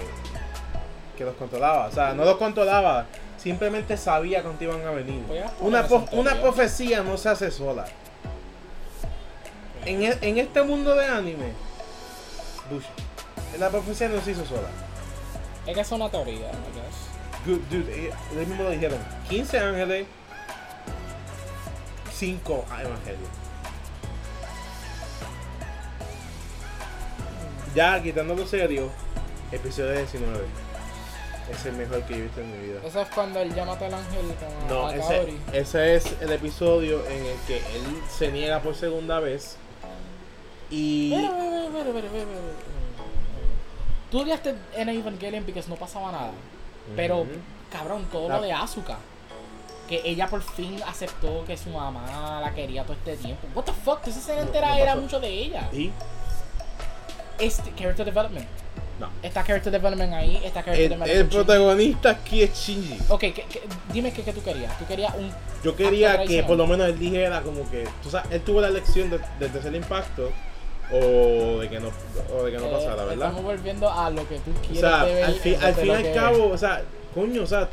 A: que los controlaba. O sea, no los controlaba. Simplemente sabía cuándo iban a venir.
B: Voy a poner
A: Una,
B: esa
A: po-
B: teoría.
A: una profecía no se hace sola. En, e- en este mundo de anime, Bush, la profecía no se hizo sola.
B: Es que es una teoría, I guess.
A: Good dude, eh, ellos mismos lo dijeron. 15 ángeles, 5 evangelios. Ya quitándolo serio, episodio 19. Es el mejor que yo he visto en mi vida.
B: Eso es cuando él llama al ángel con
A: No,
B: a
A: ese,
B: Kaori.
A: ese es el episodio en el que él se niega por segunda vez. Y.
B: Espera, espera, espera, espera, espera, espera, espera. Tú odiaste en Evangelion porque no pasaba nada. Pero,
A: Ujú.
B: cabrón, todo
A: La-
B: lo de Asuka. que ella por fin aceptó que su mamá la quería todo este tiempo. What the fuck, esa escena entera
A: no
B: era
A: pasó.
B: mucho de ella.
A: ¿Y?
B: Este character development.
A: No.
B: Está character development ahí, está character
A: El,
B: development.
A: el
B: con Shin.
A: protagonista aquí es Shinji.
B: Ok, ¿qué- qué- dime qué, qué tú querías. Tú querías un.
A: Yo
B: Acto
A: quería que
B: tradicional.
A: por lo menos él dijera como que, tú sabes, él tuvo la lección de- del tercer impacto o de que no, o de que no
B: eh,
A: pasara, ¿verdad?
B: Estamos volviendo a lo que tú
A: O
B: quieres.
A: sea,
B: de ver
A: al, fin-
B: en
A: al
B: vez de
A: fin y
B: lo
A: al
B: que-
A: cabo, o sea, coño, o sea,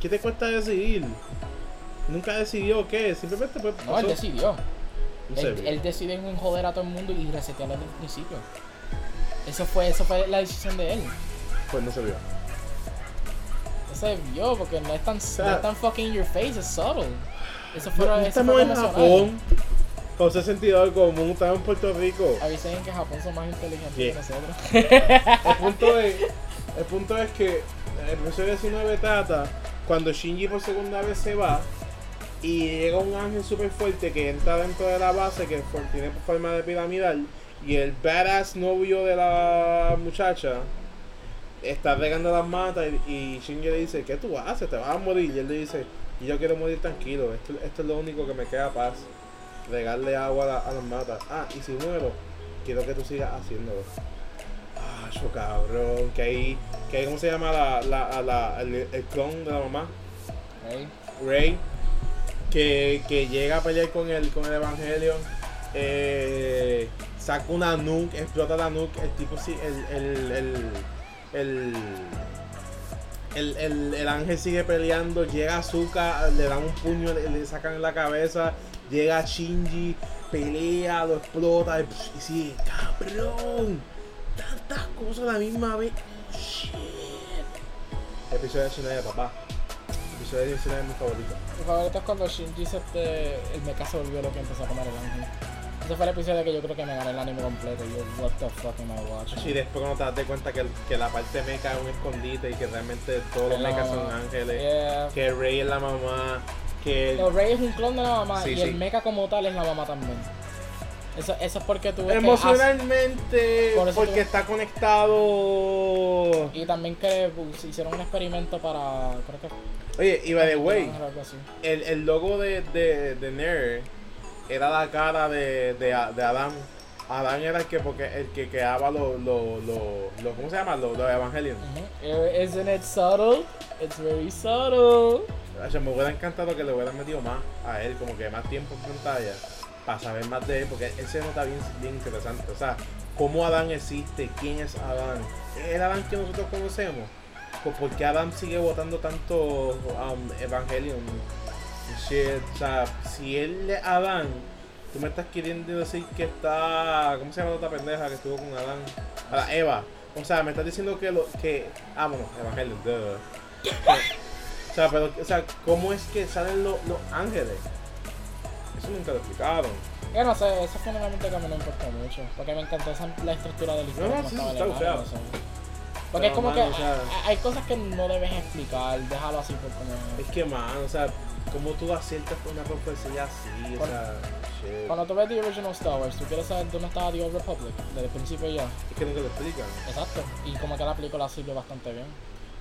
A: ¿qué te cuesta decidir? Nunca decidió qué, simplemente pues
B: No,
A: pasó.
B: él decidió.
A: No sé,
B: Él, él decidió en joder a todo el mundo y resetearlo desde el principio. Eso fue, eso fue la decisión de él.
A: pues no se vio.
B: No se vio porque no es tan, no
A: sea,
B: es tan fucking in your face, es subtle. Eso fue,
A: No,
B: eso
A: estamos
B: fue
A: en
B: emocional.
A: Japón, con ese sentido común, estamos en Puerto Rico.
B: Avisen que Japón son más inteligentes
A: Yeah.
B: que nosotros.
A: El punto es, el punto es que el profesor 19 Tata, cuando Shinji por segunda vez se va, y llega un ángel súper fuerte que entra dentro de la base, que for- tiene forma de piramidal, y el badass novio de la muchacha está regando las matas, y, y Shinji le dice, ¿qué tú haces? Te vas a morir. Y él le dice, "Y yo quiero morir tranquilo, esto, esto es lo único que me queda paz. Regarle agua a, la- a las matas. Ah, y si muero, quiero que tú sigas haciéndolo. Ah, yo cabrón, que ahí, que ahí, ¿cómo se llama la, la, a la- el, el clon de la mamá?
B: Right.
A: Rey, que, que llega a pelear con el, con el Evangelion, eh, saca una nuke, explota la nuke, el tipo sí, el, el, el, el, el, el- el ángel sigue peleando, llega Azuka, le dan un puño, le, le sacan en la cabeza, llega Shinji, pelea, lo explota y, y sigue, cabrón, tantas cosas a la misma vez. Shit. Episodio 19, papá. Episodio 19 es mi favorito.
B: Mi favorito es cuando Shinji se este, el mecha se volvió lo que empezó a comer el ángel. Ese fue el episodio que yo creo que me gané el anime completo. Y yo, what the fuck am I watching?
A: Y después cuando te das de cuenta que, que la parte meca es un escondite y que realmente todos los
B: No. Eh,
A: mecas son ángeles,
B: Ah, Yeah.
A: que Rey es la mamá, que...
B: No, Rey es un clon de la mamá
A: Sí,
B: y
A: sí.
B: el mecha como tal es la mamá también. Eso, eso es porque tú ves que hace-
A: Emocionalmente,
B: Por eso
A: porque
B: tú-
A: está conectado...
B: ah, Y también que pues, hicieron un experimento para. Creo que.
A: Oye, y by the way,
B: algo así.
A: el, el logo de, de, de Nerd era la cara de, de, A- de Adán. Adán era el que, porque el que creaba los... los los- los- ¿Cómo se llama? Los, los Evangelion.
B: Ujú. Eh, Isn't it subtle? It's very subtle.
A: Acho, me hubiera encantado que le hubieran metido más a él, como que más tiempo en pantalla, para saber más de él, porque él se nota bien, bien interesante. O sea, cómo Adán existe, quién es Adán, el Adán que nosotros conocemos, pues porque Adán sigue votando tanto um, Evangelion. y shit? O sea, si él es Adán, tú me estás queriendo decir que está. ¿Cómo se llama la otra pendeja que estuvo con Adán? A la Eva. O sea, me estás diciendo que lo que. Ah, bueno, Evangelion, duh. O sea, pero, o sea, ¿cómo es que salen los, los ángeles? Eso nunca lo explicaron.
B: Yo no sé, eso fue un elemento que a mí no me importó mucho. Porque me encantó esa, la estructura del
A: No, no, sí, sí, está buceado.
B: Porque es
A: Pero,
B: como
A: mano,
B: que
A: o sea-
B: hay- hay cosas que no debes explicar, déjalo así por como.
A: Es que, man, o sea, ¿cómo tú aciertas con una profecía así? O
B: Por-
A: sea, shit.
B: Cuando tú ves The Original Star Wars, tú quieres saber dónde estaba The Old Republic, desde el principio ya.
A: Es que nunca lo explican.
B: Exacto. Y como que la película sirve bastante bien.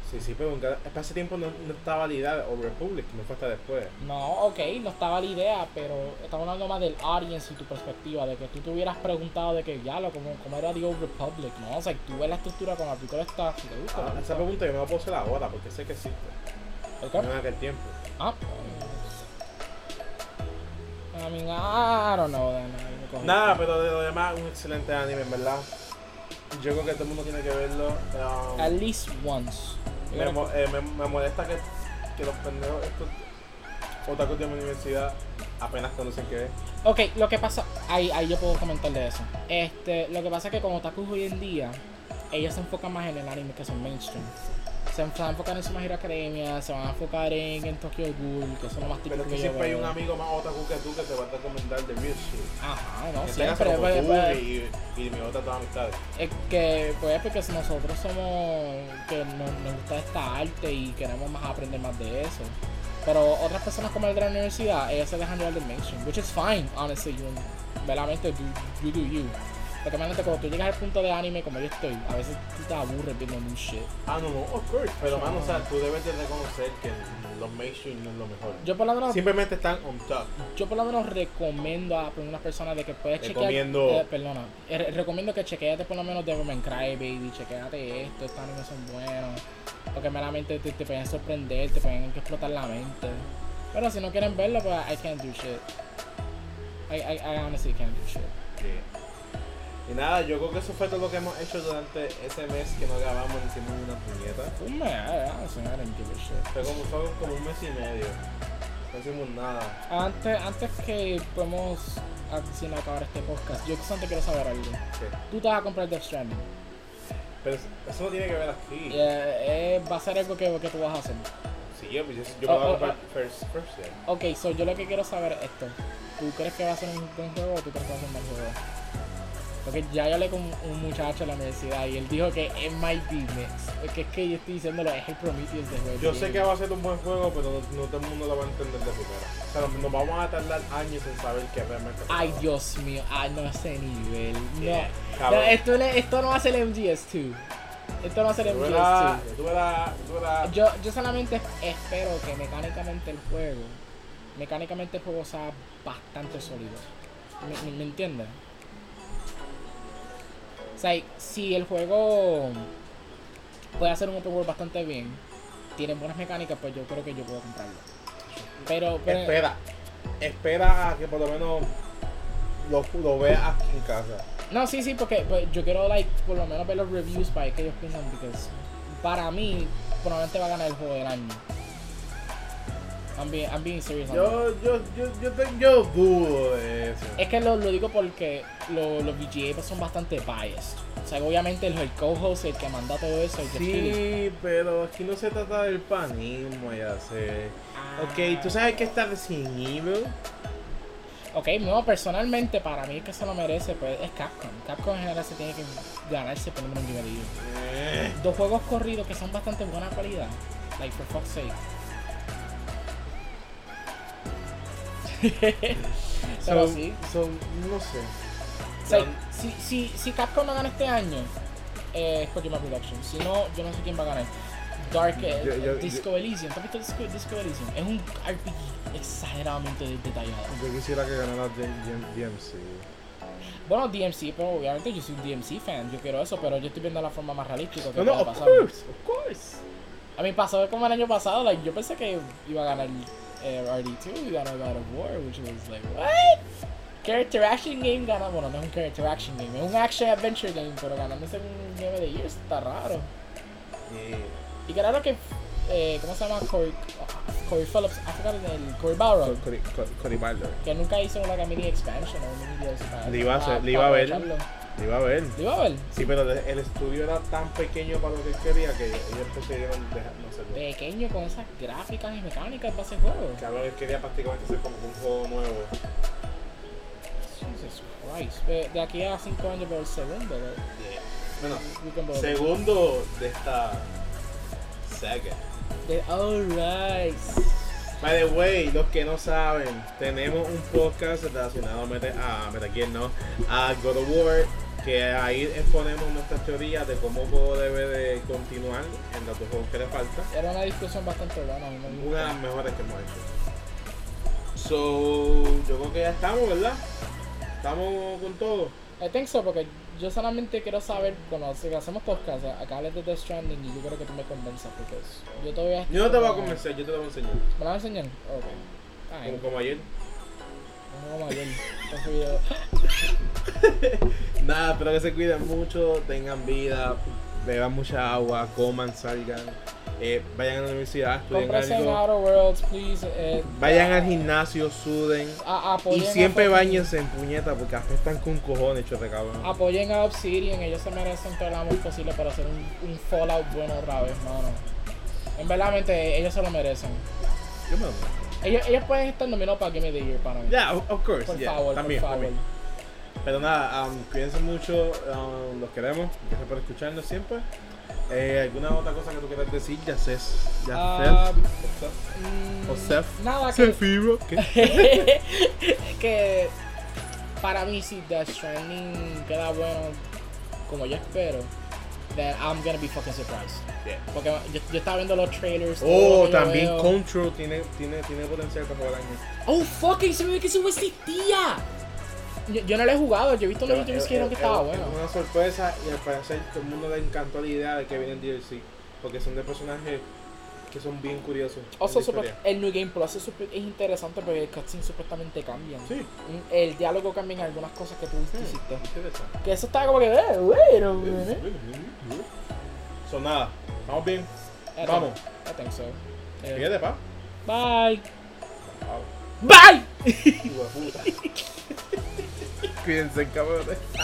A: Sí, sí, pero nunca, hace tiempo no, no está validada o Republic, no fue hasta después.
B: No, ok, no estaba la idea, pero estamos hablando más del audience y tu perspectiva, de que tú te hubieras preguntado de que ya lo como, como era The Old Republic, ¿no? O sea, tú ves la estructura como la película está. Si te gusta,
A: Ah,
B: te
A: esa
B: gusta.
A: pregunta yo me la puedo hacer ahora porque sé que existe.
B: ¿El
A: No
B: qué?
A: en aquel tiempo.
B: Ah. I mean, I don't know then. ahí me cogí.
A: Nada, pero de lo demás, un excelente anime, en verdad. Yo creo que todo el mundo tiene que verlo. Um,
B: At least once. Yo
A: Me,
B: creo
A: mo- eh, me- me molesta que, que los pendejos estos otakus de mi universidad apenas conocen que es.
B: Ok, lo que pasa, ahí, ahí yo puedo comentar de eso. Este, lo que pasa es que como otakus hoy en día, ellos se enfocan más en el anime que son mainstream. Se van a enfocar en su Hero Academia, se van a enfocar en, en Tokyo Ghoul, que son lo más
A: Pero
B: típico
A: es que
B: yo
A: siempre hay
B: veo.
A: un amigo más otaku que tú que te va a recomendar de real shit.
B: Ajá, no,
A: En este caso
B: siempre.
A: como
B: pues,
A: tú
B: pues,
A: y, y mi otra todas amistades.
B: Es que, pues, porque si nosotros somos, que nos, nos gusta esta arte y queremos más aprender más de eso. Pero otras personas como el de la universidad, ellas se dejan llevar del mainstream, which is fine, honestly. You, verdaderamente, do, you do you. Porque realmente cuando tú llegas al punto de anime como yo estoy, a veces tú te aburres viendo new shit.
C: Ah, no, no, of course. Pero, mano, o sea, tú debes de reconocer que los mainstream no es lo mejor.
B: Yo por lo menos,
C: Simplemente están on top.
B: yo por lo menos recomiendo a algunas personas de que puedes chequear.
C: Recomiendo.
B: eh, perdona. eh, re- recomiendo que chequeate por lo menos Devilman Cry, baby. Chequeate esto, estos animes son buenos. Porque meramente te, te pueden sorprender, te pueden explotar la mente. Pero si no quieren verlo, pues I can't do shit. I, I, I honestly can't do shit.
C: Yeah. Y nada, yo creo que eso fue todo lo que hemos hecho durante ese mes que no grabamos ni hicimos ni una puñeta.
B: Un mes, Pues, I honestly, I don't give a shit.
C: Fue como, fue como un mes y medio. No hicimos nada.
B: Antes, antes que podemos sin acabar este podcast, yo antes quiero saber algo.
C: Sí.
B: Tú te vas a comprar Death Stranding.
C: Pero eso no tiene que ver aquí.
B: Y, eh, eh, va a ser algo que, que tú vas a hacer.
C: Sí, yo, pues, yo, yo
B: Oh,
C: me voy a
B: oh,
C: comprar First, first Day.
B: Ok, so yo lo que quiero saber es esto. ¿Tú crees que va a ser un buen juego o tú crees que va a ser un mal juego? Porque ya yo hablé con un muchacho en la universidad y él dijo que es my mix. Que es que yo estoy diciéndolo, es el Prometheus de juego.
C: Yo sé que va a ser un buen juego, pero no, no todo el mundo lo va a entender de primera. O sea, nos vamos a tardar años en saber qué realmente.
B: Ay, Dios mío, ay, no ese nivel. No.
C: Yeah,
B: No,
C: cabrón.
B: esto, le- esto no va a ser MGS2. Esto no va a ser
C: Tú
B: MGS2.
C: verás, tú verás, tú verás.
B: Yo, yo solamente espero que mecánicamente el juego, mecánicamente el juego sea bastante sólido. ¿Me, me, me entiendes? O sea, y si el juego puede hacer un open world bastante bien, tiene buenas mecánicas, pues yo creo que yo puedo comprarlo. Pero, pero-
C: Espera, espera a que por lo menos lo, lo veas aquí en casa.
B: no, sí, sí, porque pues, yo quiero like por lo menos ver los reviews para ver qué ellos piensan, porque para mí probablemente va a ganar el juego del año. I'm being, I'm being serious. on that.
A: Yo, yo, yo, yo, te- yo dudo de eso.
B: Es que lo, lo digo porque lo- los VGA pues, son bastante biased. O sea, que obviamente el, el co-host, el que manda todo eso, el que escribe.
A: Sí, pero aquí no se trata del panismo, ya sé. Ok, ¿tú sabes que está Resident Evil?
B: Ah, Ok, no, personalmente para mí el que se lo merece pues, es Capcom. Capcom en general se tiene que ganarse por lo menos un nivelillo.
A: Eh,
B: Dos juegos corridos que son bastante buena calidad. Like, for fuck's
A: <laughs>
B: sake. Pero
A: son-
B: sí.
A: son- no sé.
B: O sea, si, si, si Capcom no gana este año, eh, es Kojima Productions. Si no, yo no sé quién va a ganar. Dark eh,
A: Yo- yo-
B: Disco Elysium. ¿Tú has visto Disco, Disco Elysium? Es un RPG exageradamente de- detallado.
C: Yo quisiera que ganara DMC.
B: Bueno, DMC, pero pues, obviamente yo soy un DMC fan. Yo quiero eso, pero yo estoy viendo la forma más realística que
A: No, no,
B: puede
A: of
B: pasar.
A: course, of course.
B: A mí pasó como el año pasado, like, yo pensé que iba a ganar eh, RD2 y ganó God of War, which was like, what? Character Action Game gana, bueno, no es un Character Action Game, es un Action Adventure Game, pero ganándose un Game de Year está raro. Y que raro que, eh, ¿cómo se llama? Corey, Corey Phillips, I forgot his name, Corey Barrow,
A: Cory Balder.
B: que nunca hizo una mini expansion o un mini DLC para-
A: Le iba a hacer-
B: para-
A: le iba a
B: para
A: ver.
B: aprovecharlo.
A: Te iba a ver.
B: Le iba a ver.
C: Sí, pero de- el estudio era tan pequeño para lo que él quería que ellos decidieron dejar, no sé,
B: Pequeño con esas gráficas y mecánicas para ese juego.
C: Cabrón, él quería prácticamente hacer como un juego nuevo.
B: Jesus Christ. Eh, De aquí a 5 años por el segundo, ¿verdad?
C: Bueno,
B: You can vote.
C: segundo de esta saga.
B: De- alright.
A: By the way, los que no saben, tenemos un podcast relacionado a Meta, a Metal Gear, no, a God of War, que ahí exponemos nuestras teorías de cómo el juego debe de continuar en los dos juegos que le faltan.
B: Era una discusión bastante buena. a mí me gustó.
A: Una de las mejores que hemos hecho.
C: So, yo creo que ya estamos, ¿verdad? Estamos con todo.
B: I think so, Eh, porque yo solamente quiero saber, cuando si hacemos podcast, acá hables de Death Stranding y yo creo que tú me convenzas, porque es- yo te voy a...
C: Yo no te voy a convencer, yo te lo voy a enseñar.
B: ¿Me la vas a enseñar? Ok. Ay,
C: Como, como ayer.
B: no, no, Mayer, no fui yo.
A: Nada, espero que se cuiden mucho, tengan vida, beban mucha agua, coman, salgan, eh, vayan a la universidad, estudien
B: Cómprense en
A: algo,
B: Outer Worlds, please. eh,
A: vayan al gimnasio, suden.
B: a-
A: Y
B: apoyen a
A: siempre
B: fucking-
A: bañense en puñeta porque afectan con cojones, chote cabrón.
B: Apoyen a Obsidian, ellos se merecen todo el amor posible para hacer un, un Fallout bueno otra vez, mano. En verdad, mente, ellos se lo merecen.
A: Yo me lo meto.
B: Ellos, ellos pueden estar nominados para Game of the Year para mí.
A: Ya, of- of course.
B: Por
A: ya,
B: favor,
A: también,
B: por favor.
A: también. Pero nada, um, cuídense mucho, um, los queremos, gracias por escucharnos siempre. Eh, ¿Alguna otra cosa que tú quieras decir? Ya sé, ya
B: Ah,
A: sé.
B: mm,
A: O Seth.
B: <laughs> Nada, que,
A: Sefiro, ¿qué?
B: que para mí, si The Stranding queda bueno, como yo espero, then I'm gonna be fucking surprised.
A: Yeah.
B: Porque yo, yo estaba viendo los trailers. todo
D: Oh,
B: lo que yo
D: también
B: veo.
D: Control tiene, tiene, tiene potencial para jugar año.
B: Oh, fucking, se me ve que eso existía. Yo, yo no lo he jugado, yo he visto los
A: Es-
B: youtubers que dijeron que
A: es-
B: estaba
A: es-
B: bueno.
A: Es una sorpresa y al parecer todo el mundo le encantó la idea de que viene el DLC. Porque son de personajes que son bien curiosos. en
B: O sea,
A: la
B: supe-
A: historia.
B: el New Game Plus es, supe- es interesante porque el cutscene supuestamente cambia.
D: Sí,
B: Mm, El diálogo cambia en algunas cosas que tú hiciste.
A: interesante.
B: Que eso estaba como que, eh, bueno, bueno.
A: Son nada. Vamos bien.
B: I
A: Vamos.
B: think- I think so. Eh,
A: Fíjate, pa.
B: bye.
A: Wow.
B: Bye.
A: <laughs> Hijo de puta.
D: cuídense, cabrones.